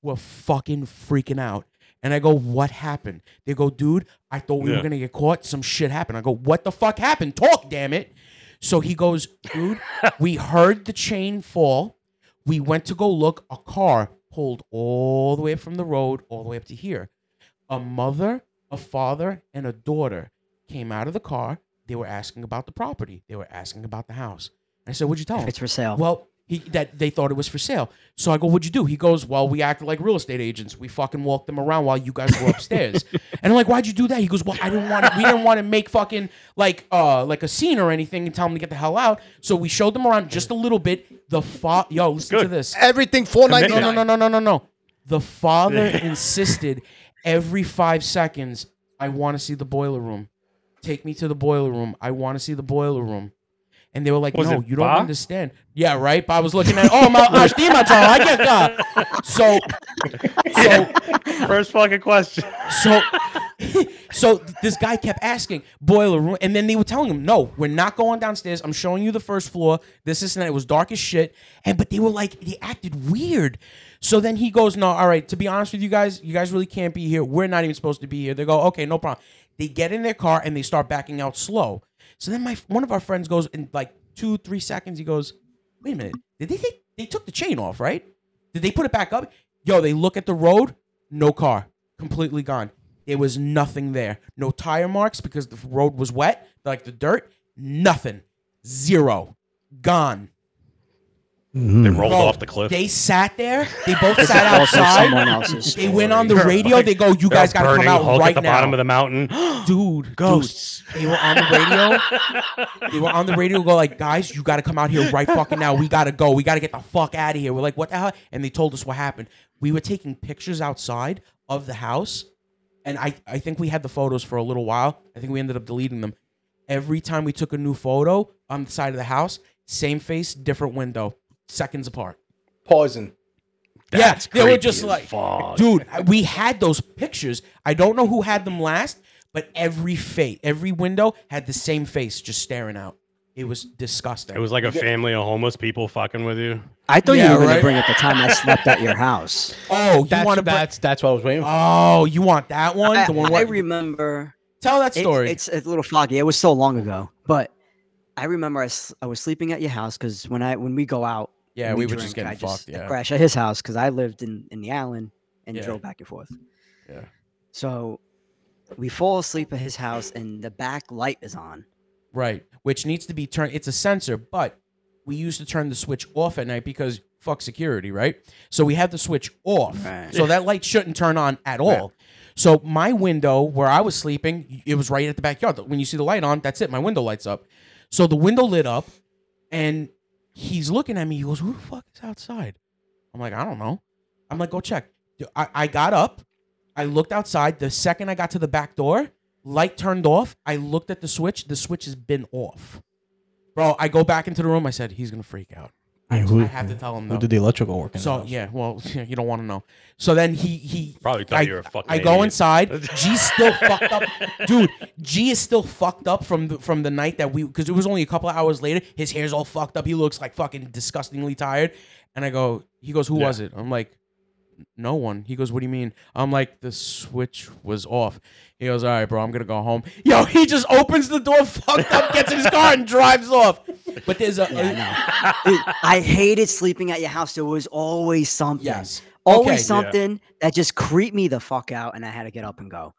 Speaker 3: were fucking freaking out. And I go, what happened? They go, dude, I thought we were
Speaker 5: Yeah.
Speaker 3: gonna get caught. Some shit happened. I go, what the fuck happened? Talk, damn it. So he goes, dude, we heard the chain fall. We went to go look. A car pulled all the way up from the road, all the way up to here. A mother, a father, and a daughter came out of the car. They were asking about the property. They were asking about the house. I said, what'd you tell
Speaker 4: If
Speaker 3: them?
Speaker 4: it's for sale.
Speaker 3: Well, he that they thought it was for sale. So I go, "What'd you do?" He goes, "Well, we acted like real estate agents. We fucking walked them around while you guys were upstairs." and I'm like, "Why'd you do that?" He goes, "Well, I didn't want. We didn't want to make fucking like uh like a scene or anything and tell them to get the hell out. So we showed them around just a little bit. The fa- yo, listen to
Speaker 5: Good.
Speaker 3: this.
Speaker 2: Everything four ninety
Speaker 3: No,
Speaker 2: nine.
Speaker 5: Commitment.
Speaker 3: no, no, no, no, no, no. The
Speaker 5: <laughs>
Speaker 3: father insisted every five seconds, I want to see the boiler room. Take me to the boiler room. I want to see the boiler room. And they were like,
Speaker 5: Was
Speaker 3: no,
Speaker 5: it
Speaker 3: you don't
Speaker 5: Ba?
Speaker 3: understand. Yeah, right? But I was looking at, oh, my, gosh, damn, I tell- I get that. So, so
Speaker 5: First fucking question.
Speaker 3: so, <laughs> so this guy kept asking boiler room, and then they were telling him, "No, we're not going downstairs. I'm showing you the first floor. This, this, and that." It was dark as shit, and but they were like, they acted weird. So then he goes, "No, all right. To be honest with you guys, you guys really can't be here. We're not even supposed to be here." They go, "Okay, no problem." They get in their car and they start backing out slow. So then my one of our friends goes in like two, three seconds. He goes, "Wait a minute. Did they take? They took the chain off, right?" Did they put it back up? Yo, they look at the road, no car, completely gone. There was nothing there. No tire marks because the road was wet, like the dirt, nothing. Zero. Gone.
Speaker 5: They rolled
Speaker 3: Bro,
Speaker 5: off the cliff.
Speaker 3: They sat there.
Speaker 4: <laughs>
Speaker 3: They both sat
Speaker 4: also someone
Speaker 3: outside.
Speaker 4: else's.
Speaker 3: They went on the
Speaker 4: story.
Speaker 3: radio. They go, you
Speaker 5: They're
Speaker 3: guys gotta come
Speaker 5: burning
Speaker 3: out
Speaker 5: Hulk
Speaker 3: right
Speaker 5: at the
Speaker 3: now.
Speaker 5: bottom of
Speaker 3: <gasps>
Speaker 5: the mountain.
Speaker 3: dude, ghosts. Dude, they were on the radio. they were on the radio. Go like, guys, you got to come out here right fucking now. We gotta go. We gotta get the fuck out of here. We're like, what the hell? And they told us what happened. We were taking pictures outside of the house, and I I think we had the photos for a little while. I think we ended up deleting them. Every time we took a new photo on the side of the house, same face, different window, seconds apart.
Speaker 2: Pausing.
Speaker 5: That's
Speaker 3: yeah, they were
Speaker 5: creepy
Speaker 3: just
Speaker 5: as
Speaker 3: like,
Speaker 5: fuck.
Speaker 3: Oh, dude, we had those pictures. I don't know who had them last, but every face, every window had the same face just staring out. It was disgusting.
Speaker 5: It was like a family of homeless people fucking with you.
Speaker 4: I thought
Speaker 3: Yeah,
Speaker 4: you were going
Speaker 3: right?
Speaker 4: to bring up the time I slept at your house.
Speaker 3: oh, you
Speaker 2: That's
Speaker 3: want to
Speaker 2: that's that's what I was waiting for.
Speaker 3: Oh, you want that one? <laughs> the one
Speaker 4: I
Speaker 3: where,
Speaker 4: remember
Speaker 3: tell that
Speaker 4: it-
Speaker 3: story.
Speaker 4: it's a little foggy. It was so long ago, but I remember I, s- I was sleeping at your house because when I when we go out,
Speaker 3: yeah,
Speaker 4: and
Speaker 3: we, were just
Speaker 4: drink,
Speaker 3: getting
Speaker 4: I
Speaker 3: fucked.
Speaker 4: I
Speaker 3: yeah,
Speaker 4: crash at his house because I lived in in the island and
Speaker 3: Yeah.
Speaker 4: drove back and forth.
Speaker 3: Yeah.
Speaker 4: So we fall asleep at his house and the back light is on.
Speaker 3: right. Which needs to be turned. It's a sensor, but we used to turn the switch off at night because fuck security, right? So we had the switch off.
Speaker 4: Right.
Speaker 3: So that light shouldn't turn on at all. So my window where I was sleeping, it was right at the backyard. When you see the light on, that's it. My window lights up. So the window lit up, and he's looking at me. He goes, "Who the fuck is outside?" I'm like, "I don't know." I'm like, "Go check." Dude, I, I got up. I looked outside. The second I got to the back door, light turned off. I looked at the switch. The switch has been off. Bro, I go back into the room. I said, he's going to freak out. I, I have to tell him,
Speaker 2: Who
Speaker 3: though.
Speaker 2: did the electrical work in?
Speaker 3: So yeah, well, <laughs> you don't want to know. So then he he
Speaker 5: Probably thought
Speaker 3: I,
Speaker 5: you were a fucking
Speaker 3: I go
Speaker 5: idiot.
Speaker 3: inside. G's still fucked up, dude. G is still fucked up from the, from the night that we because it was only a couple of hours later. His hair's all fucked up. He looks like fucking disgustingly tired. And I go, he goes, who was it? I'm like, no one. He goes, what do you mean? I'm like, the switch was off. He goes, all right, bro, I'm gonna go home. Yo, <laughs> he just opens the door, fucked up, gets in his car, and drives off. But there's a
Speaker 4: Dude, I hated sleeping at your house. There was always something.
Speaker 3: Yes.
Speaker 4: Always
Speaker 3: Okay. Yeah.
Speaker 4: something that just creeped me the fuck out, and I had to get up and go.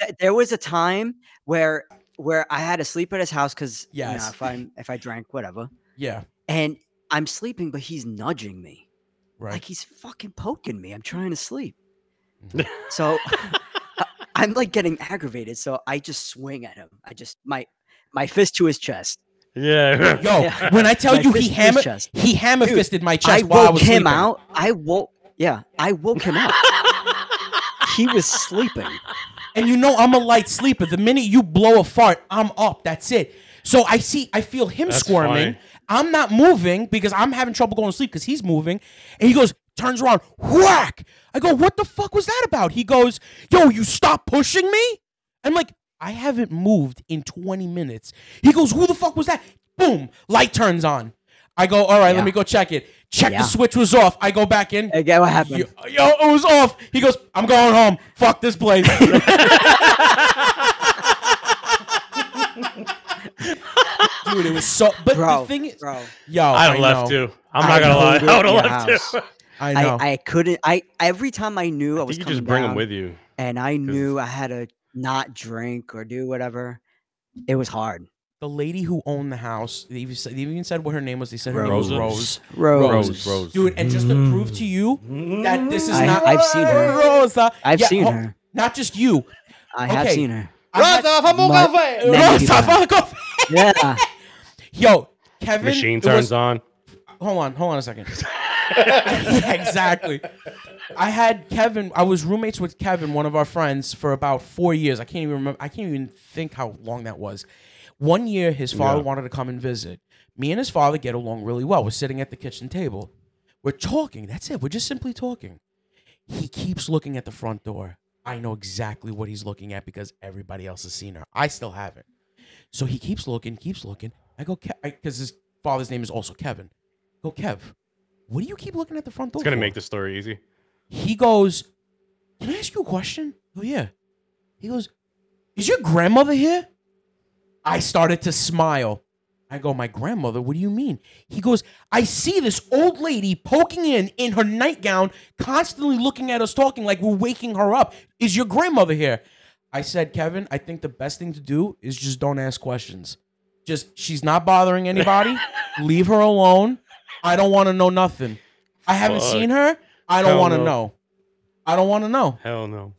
Speaker 4: Th- There was a time where where I had to sleep at his house because yeah,
Speaker 3: Yes.
Speaker 4: if I'm if I drank whatever,
Speaker 3: yeah,
Speaker 4: and I'm sleeping, but he's nudging me.
Speaker 3: right.
Speaker 4: Like he's fucking poking me. I'm trying to sleep.
Speaker 3: Mm-hmm. <laughs>
Speaker 4: so <laughs> I- I'm like getting aggravated. So I just swing at him. I just my my fist to his chest.
Speaker 5: Yeah.
Speaker 3: <laughs>
Speaker 4: <laughs>
Speaker 3: Yo,
Speaker 4: Yeah.
Speaker 3: when I tell
Speaker 4: My
Speaker 3: you
Speaker 4: fist
Speaker 3: he
Speaker 4: to his
Speaker 3: hammer
Speaker 4: chest.
Speaker 3: he hammer fisted my
Speaker 4: I
Speaker 3: chest while I
Speaker 4: woke
Speaker 3: was
Speaker 4: him
Speaker 3: sleeping.
Speaker 4: out. I woke yeah, I
Speaker 3: <laughs>
Speaker 4: woke him up. he was sleeping.
Speaker 3: And you know I'm a light sleeper. The minute you blow a fart, I'm up. That's it. So I see I feel him
Speaker 5: That's
Speaker 3: squirming.
Speaker 5: funny.
Speaker 3: I'm not moving because I'm having trouble going to sleep because he's moving. And he goes, turns around, whack. I go, what the fuck was that about? He goes, yo, you stop pushing me? I'm like, I haven't moved in 20 minutes. He goes, who the fuck was that? Boom, light turns on. I go, all right,
Speaker 4: Yeah.
Speaker 3: let me go check it. Check
Speaker 4: Yeah.
Speaker 3: the switch was off. I go back in.
Speaker 4: Again, what happened?
Speaker 3: Yo, yo, it was off. He goes, I'm going home. Fuck this
Speaker 5: <laughs>
Speaker 3: place. Dude, it was so. But
Speaker 4: bro,
Speaker 3: the thing is,
Speaker 4: bro,
Speaker 3: yo,
Speaker 5: <laughs> I would have left
Speaker 3: know.
Speaker 5: too. I'm
Speaker 4: I
Speaker 5: not gonna lie. <laughs>
Speaker 4: hated
Speaker 5: I would have
Speaker 4: your
Speaker 5: left
Speaker 4: house.
Speaker 5: too. <laughs>
Speaker 3: I know.
Speaker 4: I, I couldn't I every time I knew I,
Speaker 5: You
Speaker 4: was
Speaker 5: could
Speaker 4: coming
Speaker 5: just bring
Speaker 4: down
Speaker 5: them with you.
Speaker 4: and I knew I had to not drink or do whatever, it was hard.
Speaker 3: the lady who owned the house, they even said, they even said what her name was. They said her
Speaker 5: Rosa.
Speaker 3: name was Rose.
Speaker 4: Rose.
Speaker 5: Rose.
Speaker 3: Dude, and just to prove to you that this is
Speaker 4: I-
Speaker 3: not.
Speaker 4: I've seen her.
Speaker 3: Rosa.
Speaker 4: I've
Speaker 3: Yeah,
Speaker 4: seen
Speaker 3: ho-
Speaker 4: her.
Speaker 3: Not just you.
Speaker 4: I have
Speaker 3: Okay.
Speaker 4: seen her.
Speaker 3: I'm not-
Speaker 4: But many
Speaker 3: Rosa,
Speaker 4: people have.
Speaker 3: fuck off. <laughs>
Speaker 4: Yeah.
Speaker 3: Yo, Kevin.
Speaker 5: Machine
Speaker 3: it was-
Speaker 5: turns on.
Speaker 3: hold on, hold on a second. <laughs> yeah, exactly. I had Kevin. I was roommates with Kevin, one of our friends, for about four years. I can't even remember. I can't even think how long that was. One year, his father wanted to come and visit. Me and his father get along really well. We're sitting at the kitchen table. We're talking. That's it. We're just simply talking. He keeps looking at the front door. I know exactly what he's looking at because everybody else has seen her. I still haven't. So he keeps looking, keeps looking. I go, because his father's name is also Kevin. I go, Kev, what do you keep looking at the front door?
Speaker 5: It's gonna
Speaker 3: for?"
Speaker 5: make the story easy.
Speaker 3: He goes, Can I ask you a question? Oh, yeah. He goes, Is your grandmother here? I started to smile. I go, My grandmother? What do you mean? He goes, I see this old lady poking in in her nightgown, constantly looking at us, talking like we're waking her up. Is your grandmother here? I said, Kevin, I think the best thing to do is just don't ask questions. Just, she's not bothering <laughs> anybody. Leave her alone. I don't want to know nothing. I haven't
Speaker 5: Fuck.
Speaker 3: seen her. I don't
Speaker 5: Hell
Speaker 3: want to
Speaker 5: no.
Speaker 3: know. I don't want to know.
Speaker 5: Hell no.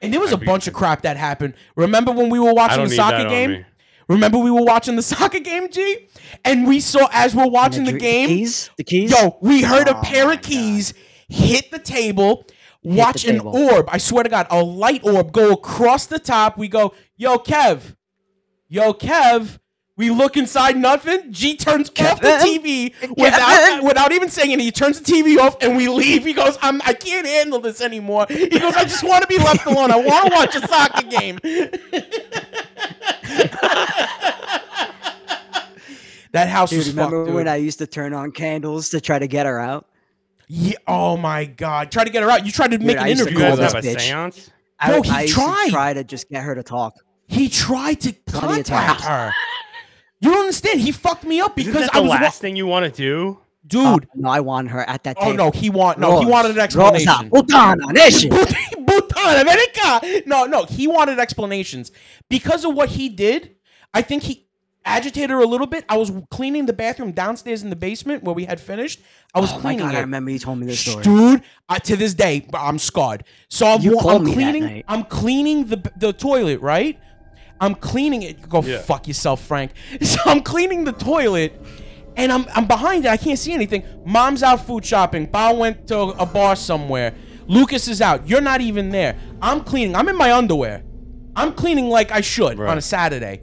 Speaker 3: And there was a
Speaker 5: I'd be-
Speaker 3: bunch of crap that happened. Remember when we were
Speaker 5: I
Speaker 3: watching
Speaker 5: don't
Speaker 3: the
Speaker 5: need
Speaker 3: soccer
Speaker 5: that on
Speaker 3: game?
Speaker 5: me.
Speaker 3: Remember we were watching the <laughs> soccer game, G? And we saw as we're watching
Speaker 4: And
Speaker 3: the,
Speaker 4: dr-
Speaker 3: game,
Speaker 4: keys? The keys?
Speaker 3: yo, we heard a
Speaker 4: Oh
Speaker 3: pair
Speaker 4: my
Speaker 3: of keys hit the table. Watch an
Speaker 4: table.
Speaker 3: orb. I swear to God, a light orb go across the top. We go, yo, Kev, yo, Kev. We look inside, nothing. G turns off the
Speaker 4: Kevin?
Speaker 3: TV without
Speaker 4: Kevin?
Speaker 3: without even saying anything. He turns the TV off, and we leave. He goes, I'm, "I can't handle this anymore." He goes, "I just want to be left alone. I want to watch a soccer
Speaker 4: <laughs>
Speaker 3: game." that house
Speaker 4: Dude,
Speaker 3: was
Speaker 4: remember
Speaker 3: fucked, dude.
Speaker 4: when I used to turn on candles to try to get her out?
Speaker 3: Yeah. Oh my God. Try to get her out. You tried to make
Speaker 4: I
Speaker 3: an
Speaker 4: used to
Speaker 5: You
Speaker 3: interview
Speaker 4: call
Speaker 5: guys
Speaker 3: with
Speaker 4: this
Speaker 5: have
Speaker 3: her.
Speaker 5: a
Speaker 4: bitch.
Speaker 5: seance?
Speaker 4: I,
Speaker 3: No,
Speaker 4: would-
Speaker 3: he
Speaker 4: I used
Speaker 3: tried.
Speaker 4: to try to just get her to talk.
Speaker 3: He tried to
Speaker 4: Plenty of
Speaker 3: contact
Speaker 4: times.
Speaker 3: her. You don't understand. He fucked me up
Speaker 5: Isn't
Speaker 3: because
Speaker 5: that
Speaker 3: I
Speaker 5: the
Speaker 3: was wa-
Speaker 5: last thing you want to do?
Speaker 3: dude.
Speaker 4: Uh, no, I want her at that
Speaker 3: oh
Speaker 4: table.
Speaker 3: no, he want no. He
Speaker 4: Rosa,
Speaker 3: wanted an explanation. <laughs>
Speaker 4: Rosa, hold on, on that shit.
Speaker 3: Putin- Bhutan, America. No, no, he wanted explanations because of what he did. I think he agitated her a little bit. I was cleaning the bathroom downstairs in the basement where we had finished. I was
Speaker 4: Oh my
Speaker 3: cleaning
Speaker 4: god, I
Speaker 3: it.
Speaker 4: remember you told me this story.
Speaker 3: Dude, I, to this day, bro, I'm scarred. So I'm,
Speaker 4: You
Speaker 3: wa-
Speaker 4: called
Speaker 3: I'm
Speaker 4: me that
Speaker 3: cleaning.
Speaker 4: night.
Speaker 3: I'm cleaning the the toilet, right? I'm cleaning it. Go
Speaker 5: Yeah.
Speaker 3: fuck yourself, Frank. <laughs> So I'm cleaning the toilet, and I'm I'm behind it. I can't see anything. Mom's out food shopping. Ba went to a bar somewhere. Lucas is out. You're not even there. I'm cleaning. I'm in my underwear. I'm cleaning like I should on a Saturday.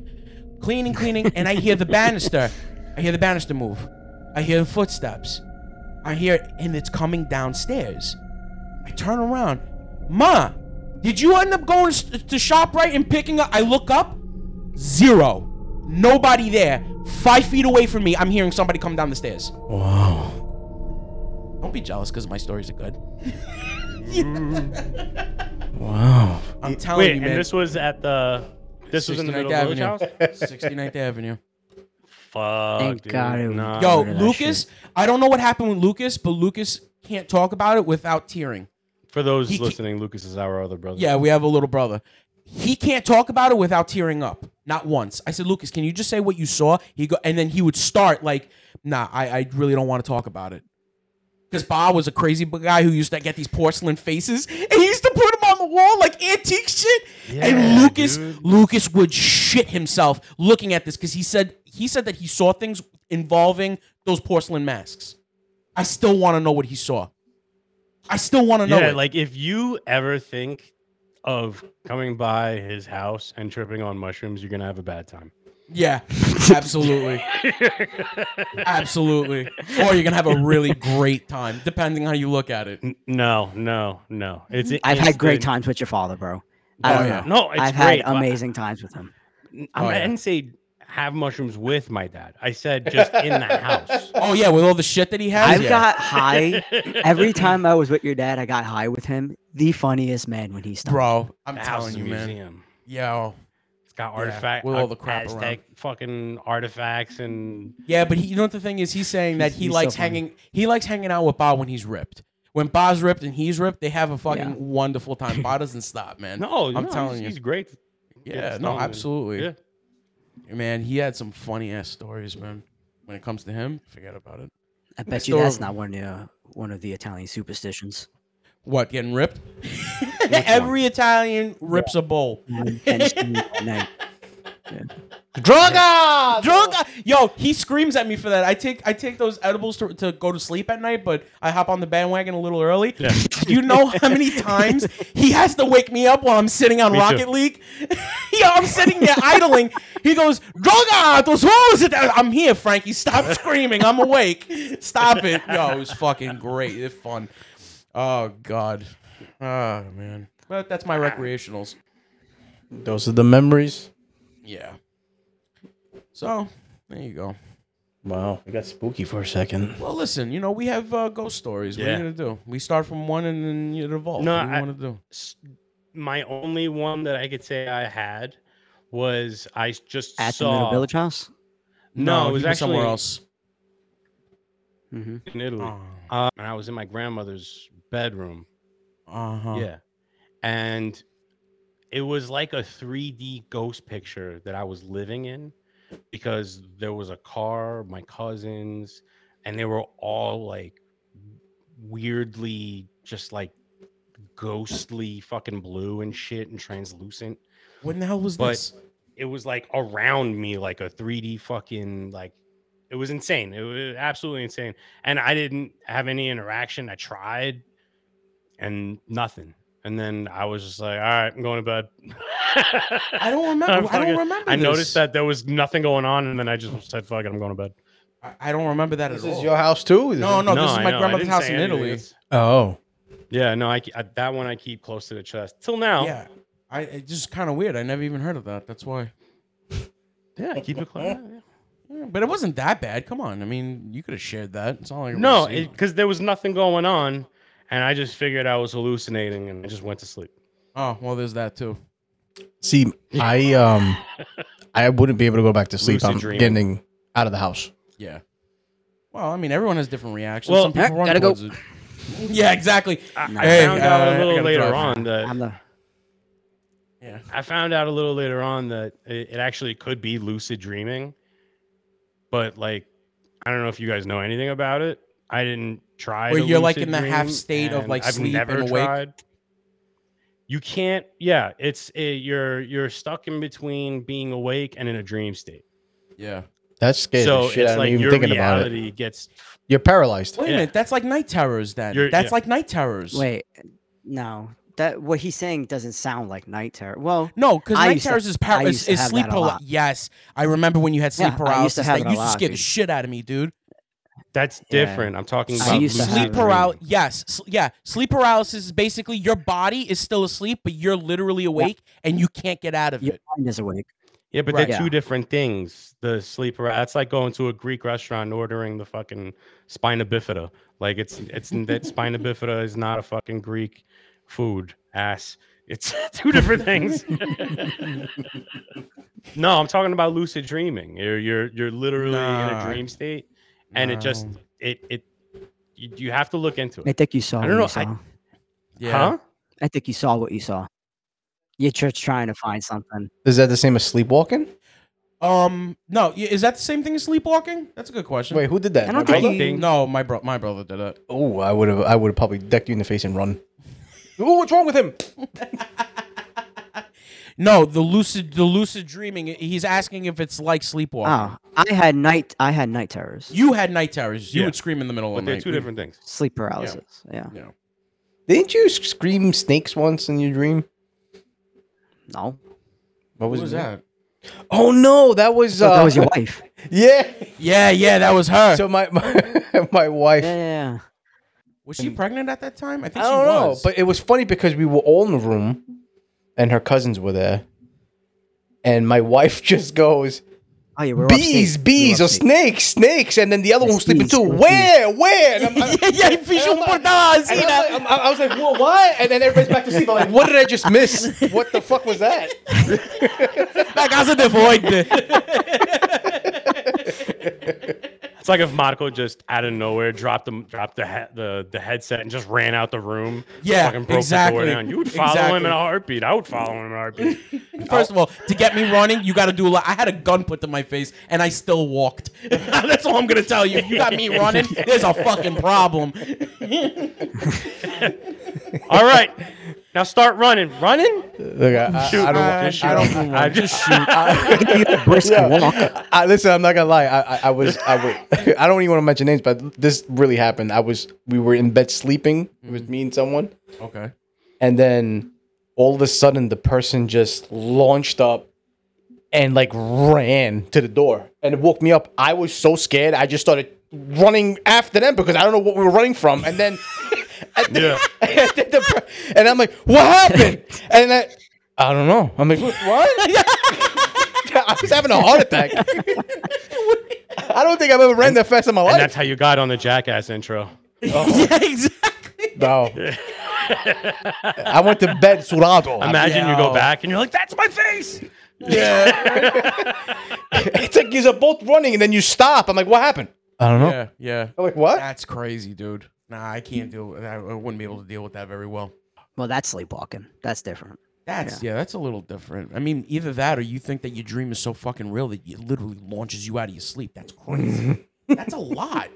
Speaker 3: Cleaning, cleaning, and I hear the banister. I hear the banister move. I hear footsteps. I hear, and it's coming downstairs. I turn around. Ma, did you end up going s- to ShopRite and picking up? I look up. Zero. Nobody there. Five feet away from me, I'm hearing somebody come down the stairs.
Speaker 2: Wow.
Speaker 3: Don't be jealous because my stories are
Speaker 5: <laughs>
Speaker 3: good.
Speaker 2: Wow.
Speaker 3: I'm telling
Speaker 5: Wait,
Speaker 3: you,
Speaker 5: and
Speaker 3: man.
Speaker 5: this was at the. This was in the
Speaker 3: 69th
Speaker 5: middle of
Speaker 3: Avenue.
Speaker 5: the house.
Speaker 3: 69th Avenue.
Speaker 5: Fuck.
Speaker 4: Thank
Speaker 5: dude.
Speaker 4: God it was-
Speaker 5: Nah.
Speaker 3: Yo,
Speaker 4: remember that
Speaker 3: Lucas, I don't know what happened with Lucas, but Lucas can't talk about it without tearing.
Speaker 5: For those
Speaker 3: He-
Speaker 5: listening, Lucas is our other brother.
Speaker 3: Yeah, we have a little brother. He can't talk about it without tearing up. Not once. I said, Lucas, can you just say what you saw? He go, and then he would start like, Nah, I, I really don't want to talk about it. Because Bob was a crazy b- guy who used to get these porcelain faces, and he used to put them on the wall like antique shit. and
Speaker 5: Yeah,
Speaker 3: Lucas,
Speaker 5: dude.
Speaker 3: Lucas would shit himself looking at this because he said he said that he saw things involving those porcelain masks. I still want to know what he saw. I still want to know.
Speaker 5: yeah.
Speaker 3: it.
Speaker 5: Like if you ever think of coming by his house and tripping on mushrooms, you're gonna have a bad time.
Speaker 3: Yeah, absolutely. absolutely. Or you're going to have a really great time, depending how you look at it.
Speaker 5: N- No, no, no. It's
Speaker 3: Mm-hmm.
Speaker 4: I've
Speaker 5: it's
Speaker 4: had great
Speaker 5: the-
Speaker 4: times with your father, bro.
Speaker 5: Oh,
Speaker 4: I don't
Speaker 5: yeah.
Speaker 4: know.
Speaker 5: No, it's
Speaker 4: I've
Speaker 5: great.
Speaker 4: had amazing times with him.
Speaker 5: I,
Speaker 3: Oh, yeah.
Speaker 5: didn't say have mushrooms with my dad. I said just in
Speaker 3: <laughs>
Speaker 5: the house.
Speaker 3: Oh, yeah, with all the shit that he has.
Speaker 4: I've
Speaker 3: yeah. <laughs>
Speaker 4: got
Speaker 5: <laughs>
Speaker 4: high every time I was with your dad. I got high with him. The funniest man when he stumbled.
Speaker 3: Bro, I'm
Speaker 5: The house is
Speaker 3: telling
Speaker 5: a
Speaker 3: you, man.
Speaker 5: museum.
Speaker 3: Yo.
Speaker 5: It's got artifact
Speaker 3: with all the
Speaker 5: uh,
Speaker 3: crap around.
Speaker 5: Aztec fucking artifacts and
Speaker 3: Yeah, but he, you know what the thing is? He's saying that he
Speaker 4: He's so
Speaker 3: likes
Speaker 4: funny.
Speaker 3: hanging he likes hanging out with Bob when he's ripped. When Bob's ripped and he's ripped, they have a fucking
Speaker 4: Yeah.
Speaker 3: wonderful time. Bob doesn't stop, man.
Speaker 5: oh, no,
Speaker 3: I'm
Speaker 5: no,
Speaker 3: telling
Speaker 5: he's,
Speaker 3: you.
Speaker 5: he's great.
Speaker 3: yeah,
Speaker 5: it's
Speaker 3: no,
Speaker 5: done, man.
Speaker 3: absolutely.
Speaker 5: Yeah.
Speaker 3: Man, he had some funny ass stories, man. When it comes to him, forget about it.
Speaker 4: I bet you that's
Speaker 3: still-
Speaker 4: not one of the, one of the
Speaker 3: <laughs>
Speaker 4: Italian superstitions.
Speaker 3: What, getting <laughs> ripped? Every Italian rips a bowl.
Speaker 4: I'm finishing all night.
Speaker 2: Droga!
Speaker 3: Drunk, I- yo, he screams at me for that. I take I take those edibles to, to go to sleep at night, but I hop on the bandwagon a little early.
Speaker 5: Yeah.
Speaker 3: <laughs> You know how many times he has to wake me up while I'm sitting on
Speaker 5: Me too.
Speaker 3: Rocket League? <laughs> yo, I'm sitting there idling. He goes, Droga, those hoes! at the-" I'm here, Frankie. Stop screaming. I'm awake. Stop it. Yo, it was fucking great. It's fun. Oh, God. Oh, man. But that's my recreationals.
Speaker 2: Those are the memories.
Speaker 3: Yeah. So, there you go.
Speaker 2: Wow. It got spooky for a second.
Speaker 3: Well, listen, you know, we have uh, ghost stories. What are
Speaker 5: Yeah.
Speaker 3: you going to do? We start from one and then it evolves.
Speaker 5: No,
Speaker 3: what do you
Speaker 5: I-
Speaker 3: want to do?
Speaker 5: S- My only one that I could say I had was I s- just
Speaker 4: At the
Speaker 5: saw
Speaker 4: middle village house.
Speaker 5: No,
Speaker 3: he
Speaker 5: it was actually
Speaker 3: somewhere Oh. else.
Speaker 4: Mm-hmm.
Speaker 5: in Italy. Uh, and I was in my grandmother's bedroom.
Speaker 3: Uh-huh.
Speaker 5: Yeah. And it was like a 3D ghost picture that I was living in because there was a car, my cousins, and they were all like weirdly just like ghostly fucking blue and shit and translucent.
Speaker 3: When the hell was
Speaker 5: But-
Speaker 3: this?
Speaker 5: It was like around me like a 3D fucking like it was insane. It was absolutely insane. And I didn't have any interaction. I tried and nothing. And then I was just like, all right, I'm going to bed.
Speaker 3: I
Speaker 5: <laughs> I,
Speaker 3: don't remember. <laughs> I
Speaker 5: fucking-
Speaker 3: don't remember. this.
Speaker 5: noticed that there was nothing going on. And then I just said, fuck it, I'm going to bed.
Speaker 3: I, I don't remember that
Speaker 2: This
Speaker 3: at all.
Speaker 2: is your house too?
Speaker 3: no, no, this is
Speaker 5: I
Speaker 3: my
Speaker 5: know, I
Speaker 3: grandmother's
Speaker 5: didn't
Speaker 3: house
Speaker 5: say
Speaker 3: in
Speaker 5: anything.
Speaker 3: Italy.
Speaker 5: It's-
Speaker 2: Oh.
Speaker 5: Yeah, no, I, ke- I- that one I keep close to the chest till now.
Speaker 3: Yeah. I it's just kind of weird. I never even heard of that. That's why.
Speaker 5: yeah I keep it close. yeah.
Speaker 3: Yeah, but it wasn't that bad. Come on. I mean, you could have shared that. It's all like
Speaker 5: No, because there was nothing going on. And I just figured I was hallucinating and I just went to sleep.
Speaker 3: oh well, there's that too.
Speaker 2: See, I um I wouldn't be able to go back to sleep.
Speaker 5: Lucid
Speaker 2: I'm
Speaker 5: dreaming.
Speaker 2: getting out of the house.
Speaker 3: Yeah. Well, I mean, everyone has different reactions.
Speaker 5: Well,
Speaker 3: Some people run
Speaker 4: gotta go.
Speaker 3: towards it. yeah, exactly.
Speaker 5: I, I
Speaker 4: Hey,
Speaker 5: found out
Speaker 3: uh, I
Speaker 5: a little
Speaker 3: gotta
Speaker 5: later
Speaker 3: drive.
Speaker 5: on that
Speaker 4: I'm the
Speaker 3: Yeah.
Speaker 5: I found out a little later on that it, it actually could be lucid dreaming, but like I don't know if you guys know anything about it. I didn't try.
Speaker 3: Where
Speaker 5: to
Speaker 3: you're, like,
Speaker 5: lucid
Speaker 3: in the half
Speaker 5: dream,
Speaker 3: state of,
Speaker 5: and
Speaker 3: like, sleep and awake?
Speaker 5: Tried. You can't. Yeah, it's it, you're you're stuck in between being awake and in a dream state.
Speaker 3: Yeah.
Speaker 2: That's scary.
Speaker 5: so
Speaker 2: shit.
Speaker 5: it's
Speaker 2: I'm
Speaker 5: like
Speaker 2: even
Speaker 5: your
Speaker 2: thinking about it.
Speaker 5: reality gets.
Speaker 2: You're paralyzed.
Speaker 3: Wait a
Speaker 5: Yeah.
Speaker 3: minute, that's like night terrors then.
Speaker 5: You're-
Speaker 3: that's
Speaker 5: yeah.
Speaker 3: like night terrors.
Speaker 4: wait. No, that what he's saying doesn't sound like night terror. Well,
Speaker 3: No, because
Speaker 4: I
Speaker 3: night
Speaker 4: used to-
Speaker 3: terrors is,
Speaker 4: I
Speaker 3: par-
Speaker 4: used
Speaker 3: is,
Speaker 4: to
Speaker 3: is
Speaker 4: have
Speaker 3: sleep
Speaker 4: that a
Speaker 3: paralysis.
Speaker 4: lot.
Speaker 3: Yes, I remember when you had sleep
Speaker 4: Yeah, I used to
Speaker 3: paralysis.
Speaker 4: have it
Speaker 3: that
Speaker 4: a
Speaker 3: used to
Speaker 4: lot,
Speaker 3: scare the
Speaker 4: dude.
Speaker 3: shit out of me, dude.
Speaker 5: That's
Speaker 4: Yeah.
Speaker 5: different. I'm talking
Speaker 4: I
Speaker 5: about
Speaker 4: used to
Speaker 5: lucid
Speaker 4: have
Speaker 3: sleep
Speaker 4: it.
Speaker 5: dreaming.
Speaker 3: paralysis. Yes, sl- yeah. Sleep paralysis is basically your body is still asleep, but you're literally awake and you can't get out of
Speaker 4: Your
Speaker 3: it.
Speaker 4: mind is awake.
Speaker 5: Yeah, but
Speaker 3: Right.
Speaker 5: they're
Speaker 4: Yeah.
Speaker 5: two different things. The sleep paralysis. That's like going to a Greek restaurant and ordering the fucking spina bifida. Like it's it's that spina bifida is not a fucking Greek food ass. It's <laughs> two
Speaker 3: <laughs>
Speaker 5: different things. no, I'm talking about lucid dreaming. You're you're you're literally in
Speaker 3: Nah.
Speaker 5: a dream state, and it just
Speaker 3: No.
Speaker 5: it it you, you have to look into
Speaker 4: I
Speaker 5: it.
Speaker 4: think you saw.
Speaker 5: I don't
Speaker 4: what
Speaker 5: know,
Speaker 4: you saw.
Speaker 5: I-
Speaker 4: I,
Speaker 5: Huh?
Speaker 4: I think you saw what you saw. You're just trying to find something.
Speaker 2: Is that the same as sleepwalking?
Speaker 3: Um. No. y- Is that the same thing as sleepwalking? That's a good question.
Speaker 2: Wait, who did that?
Speaker 4: I don't
Speaker 2: My
Speaker 4: think
Speaker 2: brother?
Speaker 4: he.
Speaker 3: No, my bro, my brother did it.
Speaker 2: Oh, I would have. I would have probably decked you in the face and run. Ooh, what's wrong with him?
Speaker 3: No, the lucid, the lucid dreaming. He's asking if it's like sleepwalking.
Speaker 4: Oh, I had night. I had night terrors.
Speaker 3: You had night terrors. You
Speaker 5: Yeah.
Speaker 3: would scream in the middle
Speaker 5: But
Speaker 3: of the
Speaker 5: they're
Speaker 3: night.
Speaker 5: two different things.
Speaker 4: Sleep paralysis. Yeah.
Speaker 3: Yeah.
Speaker 2: Didn't you scream snakes once in your dream?
Speaker 4: No.
Speaker 2: What
Speaker 3: What
Speaker 2: was,
Speaker 3: was
Speaker 2: it?
Speaker 3: that?
Speaker 2: Oh no, that was.
Speaker 4: So
Speaker 2: Uh,
Speaker 4: that was your wife.
Speaker 2: Yeah.
Speaker 3: Yeah, yeah, that was her.
Speaker 2: So my my, <laughs> my wife.
Speaker 4: Yeah, yeah, yeah.
Speaker 3: was she pregnant at that time? I think
Speaker 2: I
Speaker 3: she
Speaker 2: don't know,
Speaker 3: was.
Speaker 2: but it was funny because we were all in the room, and her cousins were there, and my wife <laughs> just goes,
Speaker 4: Oh, yeah. We're
Speaker 2: "Bees, bees, or snakes, snakes," and then the other one was sleeping
Speaker 4: Bees,
Speaker 2: too.
Speaker 4: we're
Speaker 2: Where, where? And I'm- I'm-
Speaker 3: <laughs>
Speaker 4: <laughs>
Speaker 3: yeah, yeah, fish
Speaker 2: And I'm like-
Speaker 3: on I see
Speaker 2: And I,
Speaker 3: that.
Speaker 2: was like, I'm- I was like, well, what? And then everybody's back to sleep. I'm like, what did I just miss? What the fuck was that?
Speaker 3: Like I said, the void.
Speaker 5: It's like if Marco just out of nowhere dropped the dropped the he- the the headset and just ran out the room.
Speaker 3: Yeah,
Speaker 5: fucking broke
Speaker 3: exactly,
Speaker 5: The door down. You would follow him in a
Speaker 3: exactly.
Speaker 5: heartbeat. I would follow him in a heartbeat.
Speaker 3: <laughs> First of all, to get me running, you got to do a lot. I had a gun put to my face, and I still walked. <laughs> That's all I'm gonna tell you. If you got me running, there's a fucking problem.
Speaker 5: all right, now start running, running.
Speaker 2: <laughs> Look, I, I, I don't.
Speaker 3: I,
Speaker 2: I, I don't.
Speaker 3: I just shoot.
Speaker 4: <laughs> Brisk
Speaker 2: <laughs>
Speaker 4: walk.
Speaker 2: I, listen, I'm not gonna lie. I, I, I was. I was. <laughs> I don't even want to mention names, but this really happened. I was. We were in bed sleeping. It was me and someone,
Speaker 3: okay.
Speaker 2: and then all of a sudden, the person just launched up. And like ran to the door and it woke me up. I was so scared. I just started running after them because I don't know what we were running from. And then
Speaker 5: <laughs> Yeah,
Speaker 2: and, then the per- <laughs> and I'm like, what happened? And I, I don't know. I'm like, <laughs> what? I was having a heart <laughs> attack. I don't think I've ever ran that fast in my
Speaker 5: and that's
Speaker 2: life.
Speaker 5: how you got on the Jackass intro.
Speaker 3: Yeah, exactly.
Speaker 2: No. I went to bed surado.
Speaker 5: Imagine you go
Speaker 3: Yeah.
Speaker 5: back and you're like, "That's my face."
Speaker 2: <laughs> It's like you're both running and then you stop. I'm like, what happened? I don't know.
Speaker 3: Yeah, yeah.
Speaker 2: I'm like, what?
Speaker 3: That's crazy, dude. Nah, I can't deal. With, I I wouldn't be able to deal with that very well.
Speaker 4: Well, that's sleepwalking. That's different.
Speaker 3: That's yeah. that's a little different. I mean, either that or you think that your dream is so fucking real that it literally launches you out of your sleep. That's <laughs> crazy. that's a lot.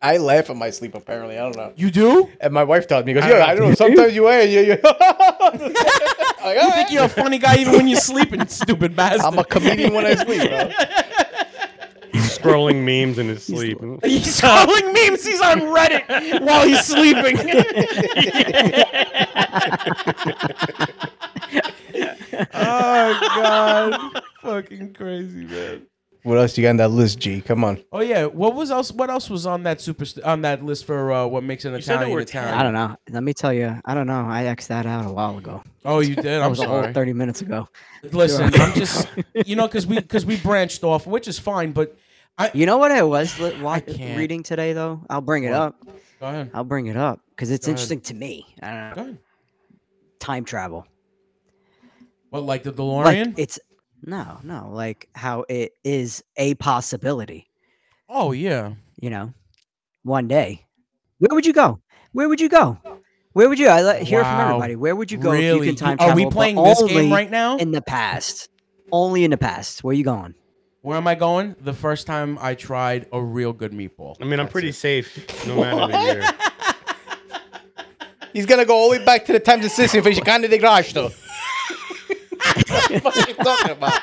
Speaker 2: I laugh in my sleep, apparently. I don't know.
Speaker 3: You do?
Speaker 2: And my wife tells me, goes, yeah, I don't know. Sometimes you are. You, <laughs> you.
Speaker 3: You think you're a funny guy even when you're sleeping, <laughs> stupid bastard.
Speaker 2: I'm a comedian when I sleep, bro.
Speaker 5: Scrolling memes in his sleep.
Speaker 3: <laughs> he's calling memes. He's on Reddit while he's sleeping. <laughs> oh god, fucking crazy man.
Speaker 2: <laughs> What else you got on that list, G? Come on.
Speaker 3: Oh yeah, what was else? What else was on that super on that list for uh, what makes an
Speaker 5: said there
Speaker 3: Italian
Speaker 5: were ten.
Speaker 3: Italian?
Speaker 4: I don't know. Let me tell you. I don't know. I xed that out a while ago.
Speaker 3: Oh, you did.
Speaker 4: That
Speaker 3: I'm
Speaker 4: was a whole
Speaker 3: sorry.
Speaker 4: thirty minutes ago.
Speaker 3: Listen, I'm just you know because we because we branched off, which is fine. But
Speaker 4: You know what I was li- wa-
Speaker 3: can't.
Speaker 4: reading today though? I'll bring it up.
Speaker 3: go ahead,
Speaker 4: I'll bring it up because it's
Speaker 3: Go ahead.
Speaker 4: interesting to me. I don't know.
Speaker 3: go ahead.
Speaker 4: Time travel.
Speaker 3: What like the
Speaker 4: Like
Speaker 3: DeLorean?
Speaker 4: it's no, no. Like how it is a possibility.
Speaker 3: oh yeah.
Speaker 4: You know, one day. Where would you go? Where would you go? Where would you? I let, hear from
Speaker 3: Wow.
Speaker 4: everybody. Where would you go if
Speaker 3: Really?
Speaker 4: you can time
Speaker 3: Are
Speaker 4: travel?
Speaker 3: we
Speaker 4: but
Speaker 3: playing this game
Speaker 4: only
Speaker 3: right now?
Speaker 4: In the past, only in the past. Where you going?
Speaker 3: Where am I going? The first time I tried a real good meatball.
Speaker 5: I mean, I'm pretty safe no matter the year.
Speaker 2: He's gonna go all the way back to the times of Sicily for Chicane de Garage, <laughs> though. what are you talking about?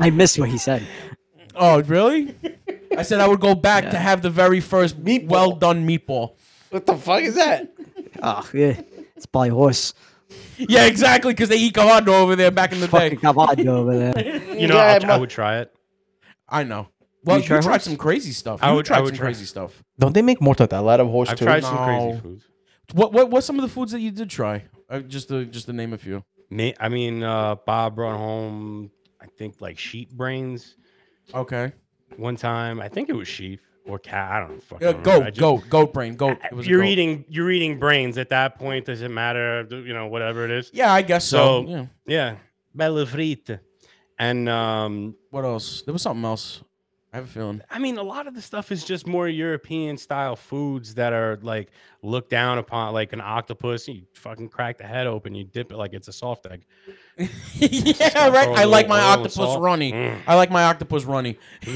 Speaker 4: I missed what
Speaker 3: <laughs>
Speaker 4: he said.
Speaker 3: Oh, really? I said I would go back to have the very first
Speaker 2: Meatball.
Speaker 3: well done meatball.
Speaker 2: What the fuck is that?
Speaker 4: Oh, yeah. It's probably horse.
Speaker 3: Yeah, exactly, because they eat cavado over there back in the day.
Speaker 4: Fucking Cavado over
Speaker 3: <laughs>
Speaker 4: there.
Speaker 5: You know,
Speaker 2: Yeah,
Speaker 5: I'll-
Speaker 2: it
Speaker 5: I
Speaker 2: mu-
Speaker 5: would try it.
Speaker 3: I know. Well, you,
Speaker 4: try
Speaker 3: tried
Speaker 4: horse?
Speaker 3: some crazy stuff.
Speaker 5: I
Speaker 3: You
Speaker 5: would- I
Speaker 3: tried
Speaker 5: would
Speaker 3: some
Speaker 5: try-
Speaker 3: crazy stuff.
Speaker 2: Don't they make mortadella out of horse
Speaker 5: I've
Speaker 2: too?
Speaker 5: tried some
Speaker 3: No.
Speaker 5: crazy foods.
Speaker 3: What what what's some of the foods that you did try? Uh, just to just to name a few.
Speaker 5: Me, I mean, uh, Bob brought home, I think, like sheep brains
Speaker 3: Okay.
Speaker 5: one time. I think it was sheep or cat. I don't fucking
Speaker 3: Yeah,
Speaker 5: remember. I
Speaker 3: goat,
Speaker 5: just-
Speaker 3: goat, goat brain, goat. It was a
Speaker 5: You're
Speaker 3: goat.
Speaker 5: eating, you're eating brains at that point. Doesn't matter, you know, whatever it is.
Speaker 3: Yeah, I guess so.
Speaker 5: So-
Speaker 3: yeah.
Speaker 5: Yeah, bella frita, and um,
Speaker 3: What else? There was something else. I have a feeling.
Speaker 5: I mean, a lot of the stuff is just more European style foods that are like looked down upon, like an octopus. You fucking crack the head open, you dip it like it's a soft egg.
Speaker 3: <laughs>
Speaker 5: Just
Speaker 3: yeah,
Speaker 5: gonna
Speaker 3: right.
Speaker 5: throw a
Speaker 3: I like
Speaker 5: little
Speaker 3: my
Speaker 5: oil and
Speaker 3: octopus
Speaker 5: salt.
Speaker 3: runny.
Speaker 5: Mm.
Speaker 3: I like my octopus runny.
Speaker 5: <laughs>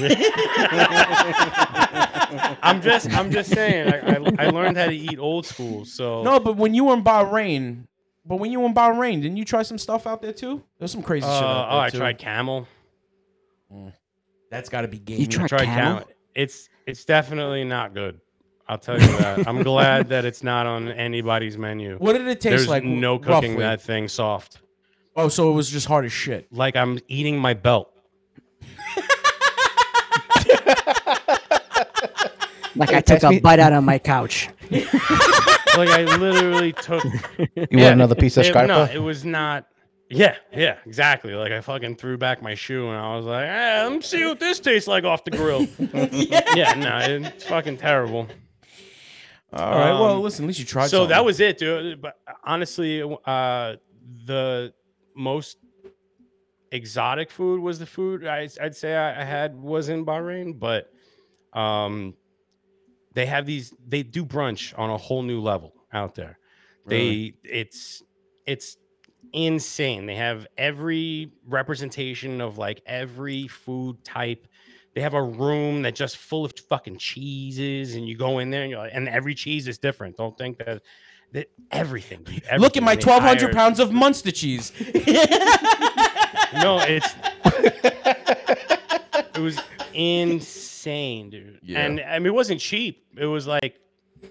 Speaker 5: I'm just, I'm just saying. I, I, I learned how to eat old school, so uh,
Speaker 3: No, but when you were in Bahrain, but when you were in Bahrain, didn't you try some stuff out there too? There's some crazy
Speaker 5: Uh,
Speaker 3: shit out there
Speaker 5: oh, I
Speaker 3: too.
Speaker 5: tried camel.
Speaker 3: That's got to be game.
Speaker 4: You try
Speaker 5: I tried
Speaker 4: camel?
Speaker 5: camel. It's, it's definitely not good. I'll tell you that. I'm glad that it's not on anybody's menu.
Speaker 3: What did it taste
Speaker 5: There's
Speaker 3: like?
Speaker 5: no
Speaker 3: w-
Speaker 5: cooking
Speaker 3: roughly?
Speaker 5: that thing soft.
Speaker 3: Oh, so it was just hard as shit.
Speaker 5: Like I'm eating my belt.
Speaker 4: Like I took
Speaker 2: me-
Speaker 4: a bite out of my couch.
Speaker 5: Like
Speaker 3: <laughs>
Speaker 5: I literally took
Speaker 2: You
Speaker 5: Yeah,
Speaker 2: want another piece
Speaker 5: <laughs>
Speaker 2: of
Speaker 5: it-
Speaker 2: scarpa?
Speaker 5: No, it was not. Yeah, yeah, exactly. Like I fucking threw back my shoe and I was like, eh, "Let me see what this tastes like off
Speaker 3: <laughs>
Speaker 5: the grill." yeah. no, it's fucking terrible.
Speaker 3: All right. well,
Speaker 5: Um,
Speaker 3: listen. At least you tried.
Speaker 5: so that
Speaker 3: something.
Speaker 5: was it, dude. But honestly, uh, the most exotic food was the food I, I'd say I, I had was in Bahrain, but um, they have these. They do brunch on a whole new level out there.
Speaker 3: Really?
Speaker 5: They it's it's insane. They have every representation of like every food type. They have a room that's just full of fucking cheeses, and you go in there and you're like, and every cheese is different. Don't think that that everything. dude,
Speaker 3: Look at
Speaker 5: everything.
Speaker 3: my
Speaker 5: They
Speaker 3: 1,200
Speaker 5: hire-
Speaker 3: pounds of Munster cheese. <laughs>
Speaker 5: No, it's it was insane, dude.
Speaker 3: Yeah.
Speaker 5: And I mean, it wasn't cheap. It was like,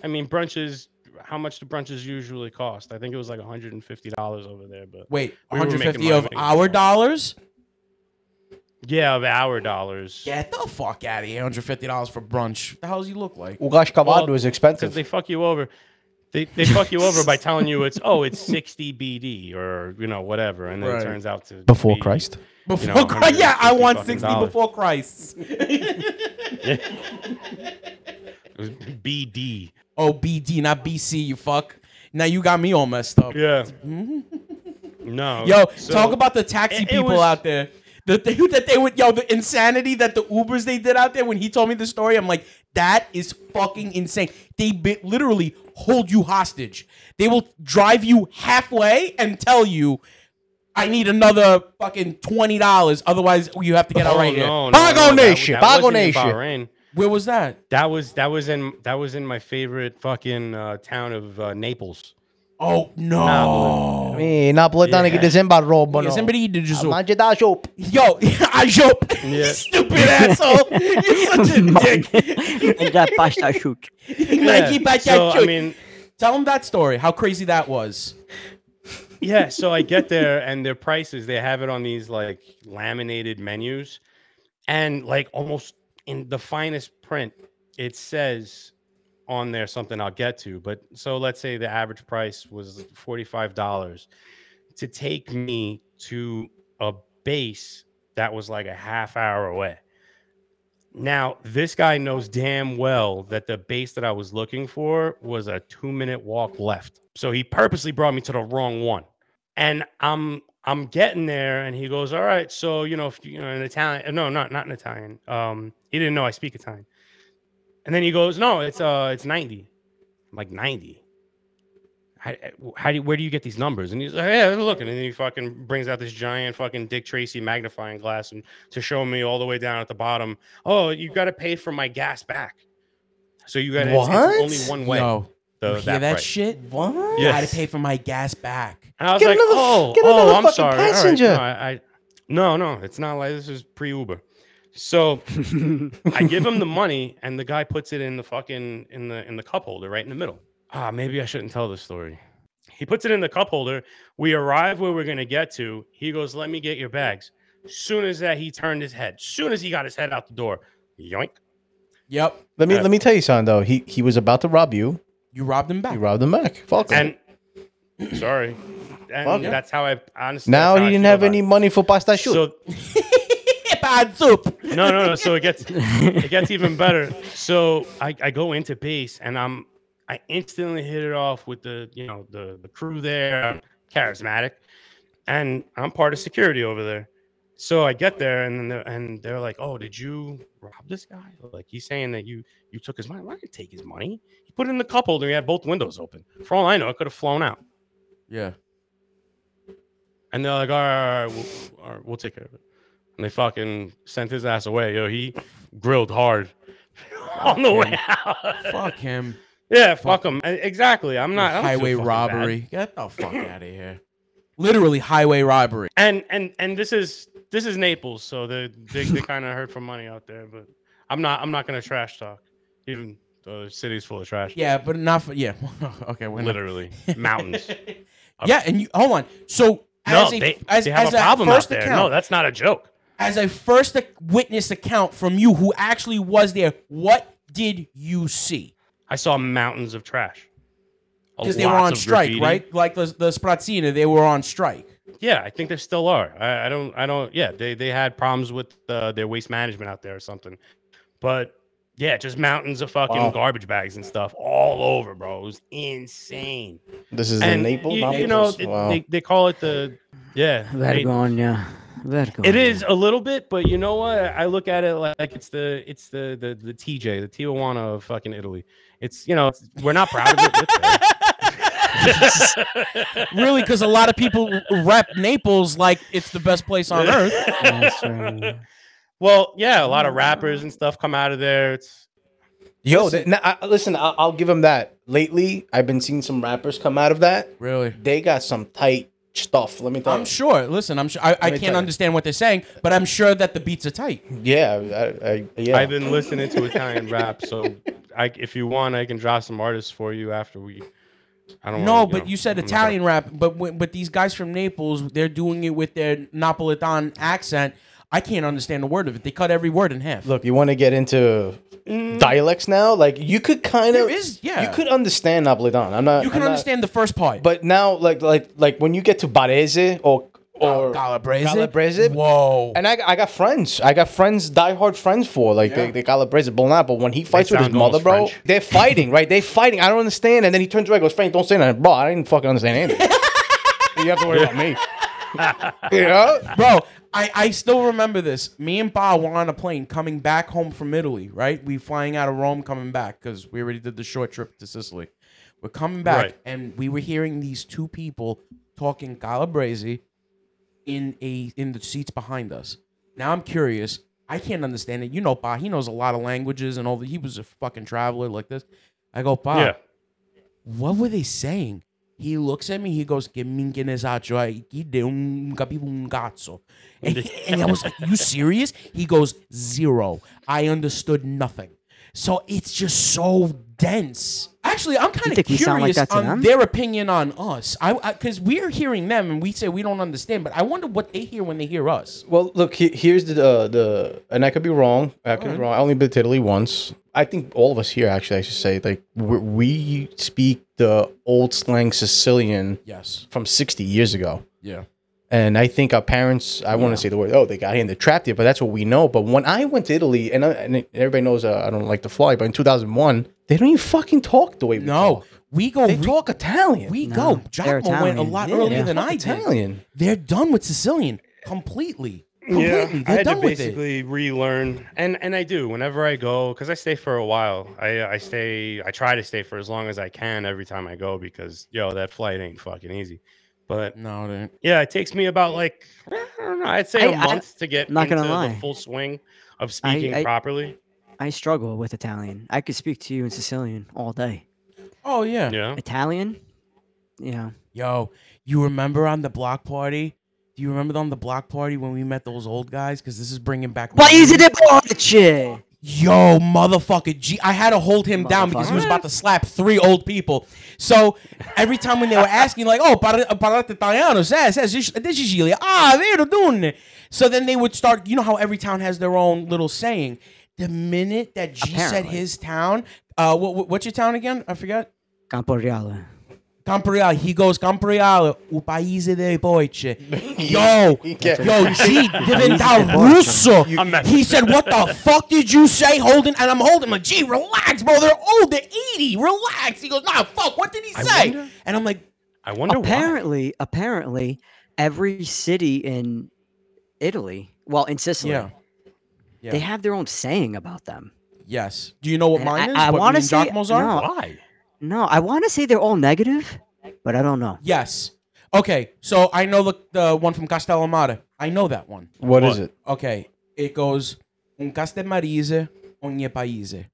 Speaker 5: I mean, brunches. How much do brunches usually cost? I think it was like 150 dollars over there, but
Speaker 3: Wait,
Speaker 5: We were making
Speaker 3: 150
Speaker 5: money
Speaker 3: of
Speaker 5: making
Speaker 3: our
Speaker 5: money.
Speaker 3: dollars?
Speaker 5: yeah, of our dollars.
Speaker 3: Get the fuck out of here. 150 dollars for brunch. The hell's you look like?
Speaker 2: Ugash kebab
Speaker 5: Well,
Speaker 2: is
Speaker 5: because
Speaker 2: expensive.
Speaker 5: they fuck you over. They, they fuck you over by telling you it's oh it's 60 BD or you know whatever, and then
Speaker 3: Right.
Speaker 5: it turns out to
Speaker 2: Before
Speaker 5: be-
Speaker 2: Christ.
Speaker 3: Before
Speaker 5: know,
Speaker 3: Christ, yeah, I
Speaker 5: 150
Speaker 3: want
Speaker 5: fucking
Speaker 3: 60
Speaker 5: dollars.
Speaker 3: before Christ.
Speaker 5: it was BD.
Speaker 3: oh, BD, not BC, you fuck. Now you got me all messed up.
Speaker 5: Yeah. no.
Speaker 3: Yo,
Speaker 5: so-
Speaker 3: talk about the taxi
Speaker 5: it- it
Speaker 3: people
Speaker 5: was-
Speaker 3: out there. The <laughs> thing that they would, yo, the insanity that the Ubers they did out there. When he told me the story, I'm like, that is fucking insane. They bi- literally hold you hostage. They will drive you halfway and tell you, "I need another fucking twenty dollars, otherwise you have to get out
Speaker 5: Oh,
Speaker 3: right here."
Speaker 5: no, no, no,
Speaker 2: Bago
Speaker 5: that- that
Speaker 2: Nation,
Speaker 5: wasn't
Speaker 2: Bago
Speaker 5: in
Speaker 2: Nation.
Speaker 5: Bahrain.
Speaker 3: Where was that?
Speaker 5: That was that was in that was in my favorite fucking uh, town of uh, Naples.
Speaker 3: Oh no!
Speaker 2: Eh, napoletano
Speaker 5: Yeah.
Speaker 2: che sembra roba,
Speaker 3: Yeah,
Speaker 2: no.
Speaker 3: somebody did just-
Speaker 2: Mangia da shop.
Speaker 3: Yo, <laughs> I joke.
Speaker 5: Yeah.
Speaker 3: Stupid asshole. You're
Speaker 5: <laughs>
Speaker 3: such a dick. <laughs>
Speaker 4: and that pasta shoot.
Speaker 3: Nike
Speaker 5: Yeah,
Speaker 3: back
Speaker 5: so,
Speaker 3: at you.
Speaker 5: I mean,
Speaker 3: Tell him that story. How crazy that was.
Speaker 5: yeah. So I get there and their prices. They have it on these like laminated menus, and like almost in the finest print, it says on there something I'll get to. But so let's say the average price was forty five dollars to take me to a base that was like a half hour away. Now, this guy knows damn well that the base that I was looking for was a two minute walk left. So he purposely brought me to the wrong one. And I'm I'm getting there and he goes, All right, so you know, if you you know an Italian uh, no, not not an Italian. Um he didn't know I speak Italian. And then he goes, No, it's uh it's 90. I'm like 90. How, uh, how do you, where do you get these numbers? And he's like, yeah, look. And then he fucking brings out this giant fucking Dick Tracy magnifying glass and to show me all the way down at the bottom oh, you got to pay for my gas back. So you got to only
Speaker 2: What?
Speaker 5: one way.
Speaker 3: Yo,
Speaker 5: the-
Speaker 3: you hear that
Speaker 5: price.
Speaker 3: shit? What? I had
Speaker 5: Yes.
Speaker 3: to pay for my gas back.
Speaker 5: And I was
Speaker 2: Get
Speaker 5: like,
Speaker 2: another-
Speaker 5: oh,
Speaker 2: get another
Speaker 5: oh, I'm
Speaker 2: fucking
Speaker 5: sorry. All right,
Speaker 2: passenger.
Speaker 5: no, I, I, no, no, it's not like this is pre Uber. So
Speaker 2: <laughs>
Speaker 5: I give him the money, and the guy puts it in the fucking in the in the cup holder right in the middle. Ah, maybe I shouldn't tell this story. He puts it in the cup holder. We arrive where we're gonna get to. He goes, "Let me get your bags." Soon as that, he turned his head. Soon as he got his head out the door, yoink.
Speaker 3: Yep.
Speaker 2: Let me
Speaker 5: Yeah.
Speaker 2: let me tell you something though. He he was about to rob you.
Speaker 3: You robbed him back.
Speaker 2: You robbed him back. Fuck him.
Speaker 5: And <coughs> sorry, and
Speaker 2: Fuck.
Speaker 5: that's how I honestly.
Speaker 2: now
Speaker 5: that's how
Speaker 2: he
Speaker 5: I
Speaker 2: didn't
Speaker 5: feel
Speaker 2: have
Speaker 5: about
Speaker 2: any
Speaker 5: it.
Speaker 2: money for pasta shoot.
Speaker 5: So
Speaker 3: <laughs> Bad soup.
Speaker 5: no, no, no. So it gets it gets even better. So I, I go into base and I'm I instantly hit it off with the you know the the crew there, I'm charismatic, and I'm part of security over there. So I get there and then they're, and they're like, "Oh, did you rob this guy? Like he's saying that you you took his money. Well, I didn't take his money. He put it in the cup holder. He had both windows open. For all I know, it could have flown out."
Speaker 3: Yeah.
Speaker 5: And they're like, all right, all right, we'll, all right, we'll take care of it. And they fucking sent his ass away. Yo, he grilled hard <laughs> on the way out.
Speaker 3: Fuck <laughs> him.
Speaker 5: Yeah, fuck him. Exactly. I'm not I don't feel
Speaker 3: highway
Speaker 5: fucking bad.
Speaker 3: robbery. Get the fuck out of here. Literally highway robbery.
Speaker 5: And and and this is this is Naples, so they
Speaker 3: <laughs>
Speaker 5: they, they kind of heard for money out there. But I'm not I'm not gonna trash talk, even though the city's full of trash.
Speaker 3: Yeah, but not for yeah. <laughs> okay, we're not- <laughs>
Speaker 5: literally mountains.
Speaker 3: Yeah, and you hold on. So
Speaker 5: No,
Speaker 3: as a,
Speaker 5: they,
Speaker 3: as,
Speaker 5: they have
Speaker 3: as
Speaker 5: a problem out
Speaker 3: first
Speaker 5: there.
Speaker 3: account,
Speaker 5: No, that's not a joke.
Speaker 3: as a first ac- witness account from you who actually was there, what did you see?
Speaker 5: I saw mountains of trash.
Speaker 3: Because they were
Speaker 5: Lots
Speaker 3: on
Speaker 5: of
Speaker 3: strike,
Speaker 5: graffiti.
Speaker 3: right? Like the the Sprazzina, they were on strike.
Speaker 5: Yeah, I think they still are. I, I don't. I don't. Yeah, they they had problems with uh, their waste management out there or something. But yeah, just mountains of fucking
Speaker 2: Wow.
Speaker 5: garbage bags and stuff all over, bro. It was insane.
Speaker 2: this is
Speaker 5: and
Speaker 2: in Naples.
Speaker 5: you,
Speaker 2: not
Speaker 5: you know,
Speaker 2: Naples?
Speaker 5: it-
Speaker 2: wow.
Speaker 5: they, they call it the yeah. they-
Speaker 4: Vergonya. Vergonya.
Speaker 5: it is a little bit, but you know what? I look at it like it's the it's the the the TJ, the Tijuana of fucking Italy. It's you know it's, we're not proud of it.
Speaker 2: <laughs>
Speaker 5: it's there.
Speaker 3: Really, because a lot of people rep Naples like it's the best place on earth.
Speaker 5: Well, yeah, a lot of rappers and stuff come out of there. It's
Speaker 2: Yo, th- nah, I- listen, I, I'll give him that. Lately, I've been seeing some rappers come out of that.
Speaker 3: Really.
Speaker 2: They got some tight stuff. Let me tell
Speaker 3: I'm
Speaker 2: you.
Speaker 3: sure. Listen, I'm sure. I, I
Speaker 2: me
Speaker 3: can't
Speaker 2: tell you.
Speaker 3: understand what they're saying, but I'm sure that the beats are tight.
Speaker 2: yeah, I, I, yeah.
Speaker 5: I've been listening to Italian rap, so I, if you want, I can drop some artists for you after we. I don't.
Speaker 3: No,
Speaker 5: wanna,
Speaker 3: but
Speaker 5: know,
Speaker 3: you said
Speaker 5: I'm not gonna-
Speaker 3: Italian rap, but when- but these guys from Naples, they're doing it with their Napolitan accent. I can't understand a word of it. They cut every word in half.
Speaker 2: Look, you want to get into dialects now? Like you could kind of
Speaker 3: Mm. There is- yeah.
Speaker 2: You could understand Napolitan. I'm not.
Speaker 3: you can
Speaker 2: I'm not-
Speaker 3: understand the first part,
Speaker 2: but now, like, like, like when you get to Barese or or
Speaker 3: Oh, Calabrese,
Speaker 2: Calabrese,
Speaker 3: Whoa,
Speaker 2: And I, I got friends. I got friends, diehard friends for like they, they Calabrese Bonat. But when he fights with his
Speaker 5: sound
Speaker 2: mother,
Speaker 5: almost
Speaker 2: bro,
Speaker 5: French.
Speaker 2: they're fighting, right? They're fighting. I don't understand. And then he turns around and goes, Frank, don't say nothing. Bro, I didn't fucking understand anything. <laughs> you have to worry about
Speaker 5: <laughs>
Speaker 2: me. you know?
Speaker 3: bro. I, I still remember this. Me and Ba were on a plane coming back home from Italy, right? We flying out of Rome, coming back because we already did the short trip to Sicily. We're coming back,
Speaker 5: Right.
Speaker 3: and we were hearing these two people talking Calabrese in a in the seats behind us. Now I'm curious. I can't understand it. You know, Ba, he knows a lot of languages and all. The, he was a fucking traveler like this. I go, Ba,
Speaker 5: Yeah.
Speaker 3: what were they saying? He looks at me. He goes, "Che minchia ne saccio, eh, chi de un capivo un cazzo." And, he- and I was like, "You serious?" He goes, zero. I understood nothing." So it's just so dense. Actually, I'm kind of
Speaker 4: think we
Speaker 3: curious
Speaker 4: sound like that to
Speaker 3: on
Speaker 4: them?
Speaker 3: their opinion on us. I because we're hearing them and we say we don't understand, but I wonder what they hear when they hear us.
Speaker 2: Well, look, he- here's the, uh, the, and I could be wrong. I could be wrong. I only been to Italy once. I think all of us here, actually, I should say, like, we, we speak the old slang Sicilian
Speaker 3: Yes.
Speaker 2: from 60 years ago.
Speaker 3: Yeah.
Speaker 2: And I think our parents, I want to say the word, oh, they got here and they trapped it, but that's what we know. But when I went to Italy, and, I, and everybody knows uh, I don't like to fly, but in 2001, they don't even fucking talk the way we
Speaker 3: No,
Speaker 2: talk.
Speaker 3: we go.
Speaker 2: They
Speaker 3: re-
Speaker 2: talk Italian.
Speaker 3: We go.
Speaker 4: No, they're
Speaker 3: Giacomo went a
Speaker 4: Italian.
Speaker 3: lot
Speaker 2: Yeah,
Speaker 3: earlier
Speaker 2: they
Speaker 3: than
Speaker 2: talk
Speaker 3: I did.
Speaker 2: Italian.
Speaker 3: They're done with Sicilian completely.
Speaker 5: Yeah,
Speaker 3: Completely.
Speaker 5: I
Speaker 3: They're
Speaker 5: had to
Speaker 3: done with it.
Speaker 5: basically relearn, and and I do whenever I go because I stay for a while. I I stay, I try to stay for as long as I can every time I go because yo, that flight ain't fucking easy. But
Speaker 3: No, it ain't.
Speaker 5: yeah, it takes me about like I don't know, I'd say a
Speaker 4: I- I-
Speaker 5: month to get
Speaker 4: not
Speaker 5: into
Speaker 4: gonna
Speaker 5: the
Speaker 4: lie.
Speaker 5: full swing of speaking
Speaker 4: I-
Speaker 5: properly.
Speaker 4: I struggle with Italian. I could speak to you in Sicilian all day.
Speaker 3: Oh yeah.
Speaker 5: Yeah,
Speaker 4: Italian? Yeah.
Speaker 3: Yo, you remember on the block party? Do you remember on the block party when we met those old guys? Because this is bringing back.
Speaker 4: Why
Speaker 3: memories.
Speaker 4: is it that shit?
Speaker 3: yo, motherfucker, G. I had to hold him down because he was about to slap three old people. So every time when they were asking, like, oh, para, para italiano, says, says, eh, this this is Gilia. Ah, vero, dunne. So then they would start, you know how every town has their own little saying. The minute that G said
Speaker 4: Apparently.
Speaker 3: his town, uh, what, what- what's your town again? I forgot.
Speaker 4: Campo Reale.
Speaker 3: Campriale, he goes Campriale, u paese dei
Speaker 4: <laughs>
Speaker 3: poiche. Yo, yo, G diventao russo. He said, "What the fuck did you say?" Holding, and I'm holding. like, "G, relax, bro. They're old. They're 80. Relax." He goes, "Nah, fuck. What did he say?"
Speaker 5: wonder-
Speaker 3: and I'm like,
Speaker 5: I wonder why.
Speaker 4: Apparently, apparently, every city in Italy, well, in Sicily,
Speaker 3: "Yeah,
Speaker 4: they
Speaker 3: yeah.
Speaker 4: have their own saying about them.
Speaker 3: yes. Do you know what
Speaker 4: And I-
Speaker 3: mine is?
Speaker 4: I
Speaker 3: What me
Speaker 4: wanna
Speaker 3: and
Speaker 4: say-
Speaker 3: Giacomo's are?
Speaker 4: no.
Speaker 5: Why?
Speaker 4: No, I want to say they're all negative, but I don't know.
Speaker 3: Yes. Okay, so I know the, the one from Castellamare. I know that one.
Speaker 2: What is
Speaker 5: What?
Speaker 2: it?
Speaker 3: Okay, it goes un castemarise ogni paese.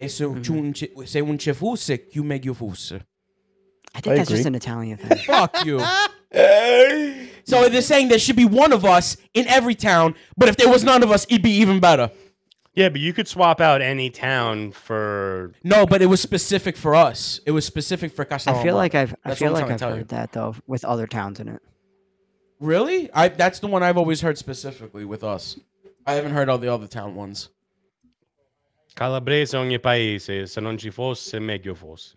Speaker 3: E se,
Speaker 4: Mhm.
Speaker 3: c'è un ce- se un ce fosse, chiume ghiu
Speaker 4: <laughs>
Speaker 3: fosse.
Speaker 4: I think
Speaker 2: I
Speaker 4: that's just
Speaker 2: agree.
Speaker 4: an Italian thing.
Speaker 3: Fuck you. so they're saying there should be one of us in every town, but if there was none of us, it'd be even better.
Speaker 5: Yeah, but you could swap out any town for
Speaker 3: No, but it was specific for us. It was specific for Castellamare.
Speaker 4: I feel like I've I
Speaker 3: That's
Speaker 4: feel
Speaker 3: what I'm
Speaker 4: like I've
Speaker 3: trying to
Speaker 4: heard that though with other towns in it.
Speaker 3: Really? I that's the one I've always heard specifically with us. I haven't heard all the other town ones.
Speaker 5: Calabrese ogni paese. Se non ci fosse, meglio fosse.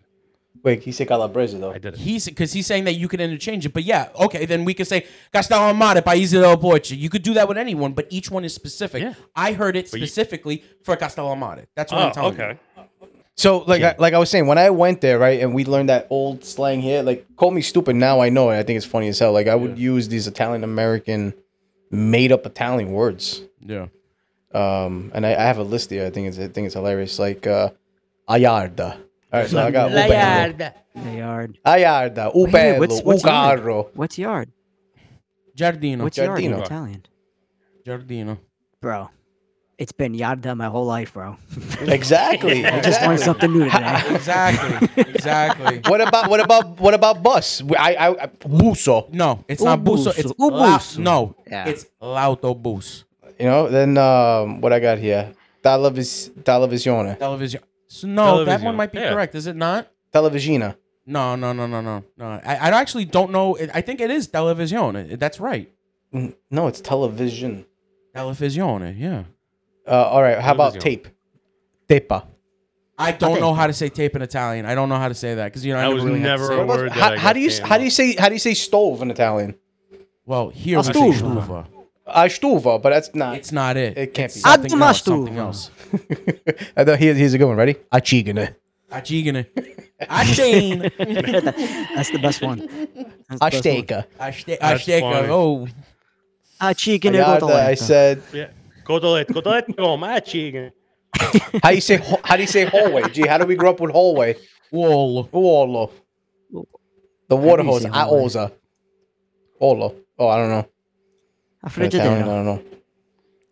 Speaker 2: Wait, he said Calabrese though.
Speaker 5: I did it.
Speaker 3: He's because he's saying that you could interchange it, but yeah, okay, then we could say Castellamare, Paese del Porche. You could do that with anyone, but each one is specific.
Speaker 5: Yeah.
Speaker 3: I heard it
Speaker 5: But you-
Speaker 3: specifically for Castellamare. That's what I'm
Speaker 5: Oh,
Speaker 3: telling
Speaker 5: okay.
Speaker 2: So like I, like I was saying, when I went there, right, and we learned that old slang here, like call me stupid. Now I know it. I think it's funny as hell. Like I would use these Italian American made up Italian words.
Speaker 3: you. Yeah.
Speaker 2: Um, and I, I have a list here. I think it's I think it's hilarious. Like uh, Ayarda. All right, so I got Uberlo.
Speaker 4: The yard.
Speaker 2: Ayarda,
Speaker 4: Wait,
Speaker 2: Ubello,
Speaker 4: what's, what's
Speaker 2: Ucarro.
Speaker 4: yard? What's yard?
Speaker 3: Giardino.
Speaker 4: What's yard in
Speaker 2: Giardino.
Speaker 4: Italian?
Speaker 3: Giardino.
Speaker 4: Bro, it's been yarda my whole life, bro.
Speaker 2: Exactly.
Speaker 4: <laughs> I just learned something new
Speaker 2: <laughs>
Speaker 4: today. <laughs>
Speaker 3: Exactly. exactly.
Speaker 2: what about what about what about bus? I I, I buso.
Speaker 3: No, it's not buso.
Speaker 4: Ubuso.
Speaker 3: It's
Speaker 4: Ubuso.
Speaker 3: ubuso. no,
Speaker 4: Yeah.
Speaker 3: it's l'autobus.
Speaker 2: You know. Then um, what I got here? Televis televisione.
Speaker 3: Television. So, no, that
Speaker 5: Televisione.
Speaker 3: one might be
Speaker 5: Yeah.
Speaker 3: correct. Is it not?
Speaker 2: Televisiona.
Speaker 3: No, no, no, no, no, no. I, I actually don't know. I think it is televisione. That's right.
Speaker 2: Mm, No, it's television.
Speaker 3: Televisione. Yeah.
Speaker 2: Uh, all right. How about
Speaker 5: Televisione.
Speaker 2: tape? Tepa.
Speaker 3: I don't
Speaker 4: think-
Speaker 3: know how to say tape in Italian. I don't know how to say that because you know I
Speaker 5: That
Speaker 3: never
Speaker 5: was
Speaker 3: really had to
Speaker 5: never
Speaker 3: say
Speaker 5: a
Speaker 3: it.
Speaker 5: word. that
Speaker 2: How,
Speaker 5: I
Speaker 2: how
Speaker 5: got
Speaker 2: do you
Speaker 5: jammed.
Speaker 2: how do you say how do you say stove in Italian?
Speaker 3: Well, here we say
Speaker 2: stufa.
Speaker 3: stufa.
Speaker 2: Uh, stuva, but that's not.
Speaker 3: It's not it.
Speaker 2: It can't
Speaker 3: It's
Speaker 2: be.
Speaker 3: something
Speaker 4: Adma
Speaker 3: else. Something
Speaker 4: stufa.
Speaker 3: else.
Speaker 2: <laughs> I thought- here, here's a good one. Ready? Achigana.
Speaker 3: Achigana. Achane.
Speaker 4: That's the best one. That's the best one.
Speaker 2: Ashteka.
Speaker 3: Ashte-
Speaker 5: That's
Speaker 3: Ashteka.
Speaker 5: funny.
Speaker 3: Oh.
Speaker 4: Ah, chicken and
Speaker 2: Ayarda, I said.
Speaker 4: said.
Speaker 5: Yeah. Cotolet, cotolet, <laughs> oh, my chicken.
Speaker 2: How you say ho- how do you say hallway? Gee, how do we grow up with hallway?
Speaker 3: Wall.
Speaker 2: Olo. The water
Speaker 4: do you
Speaker 2: hose.
Speaker 4: say
Speaker 2: I
Speaker 4: hallway?
Speaker 2: oza. Olo. Oh, I don't know. In Italian,
Speaker 4: A
Speaker 2: I
Speaker 4: frigidaire.
Speaker 2: don't know.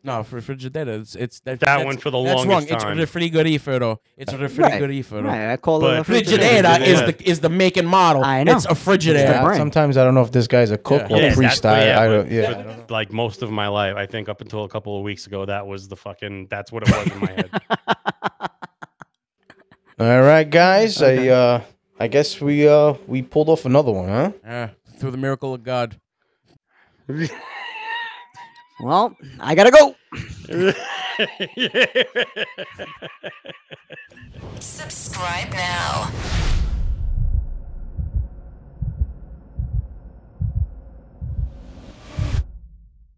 Speaker 3: No, for refrigerator. It's it's that,
Speaker 5: one for the
Speaker 3: that's
Speaker 5: longest
Speaker 3: wrong.
Speaker 5: time.
Speaker 3: It's refrigerifero. It's refrigerifero.
Speaker 4: Right, I call it
Speaker 5: But-
Speaker 4: a
Speaker 3: Frigidaire
Speaker 4: frigidaire.
Speaker 3: is
Speaker 5: Frigidaire.
Speaker 3: the is the make and model.
Speaker 4: I know.
Speaker 3: It's a Frigidaire.
Speaker 4: Yeah. brand.
Speaker 2: sometimes I don't know if this guy's a cook
Speaker 3: Yeah.
Speaker 2: or
Speaker 5: Yeah,
Speaker 2: a priest.
Speaker 5: that-
Speaker 2: I,
Speaker 5: yeah,
Speaker 2: I
Speaker 5: but
Speaker 2: don't, yeah.
Speaker 5: for, like most of my life, I think up until a couple of weeks ago, that was the fucking. That's what it was in my head.
Speaker 2: All right, guys. I uh, I guess we uh, we pulled off another one, huh?
Speaker 3: Yeah, through the miracle of God.
Speaker 4: Well, I gotta go.
Speaker 1: Subscribe now.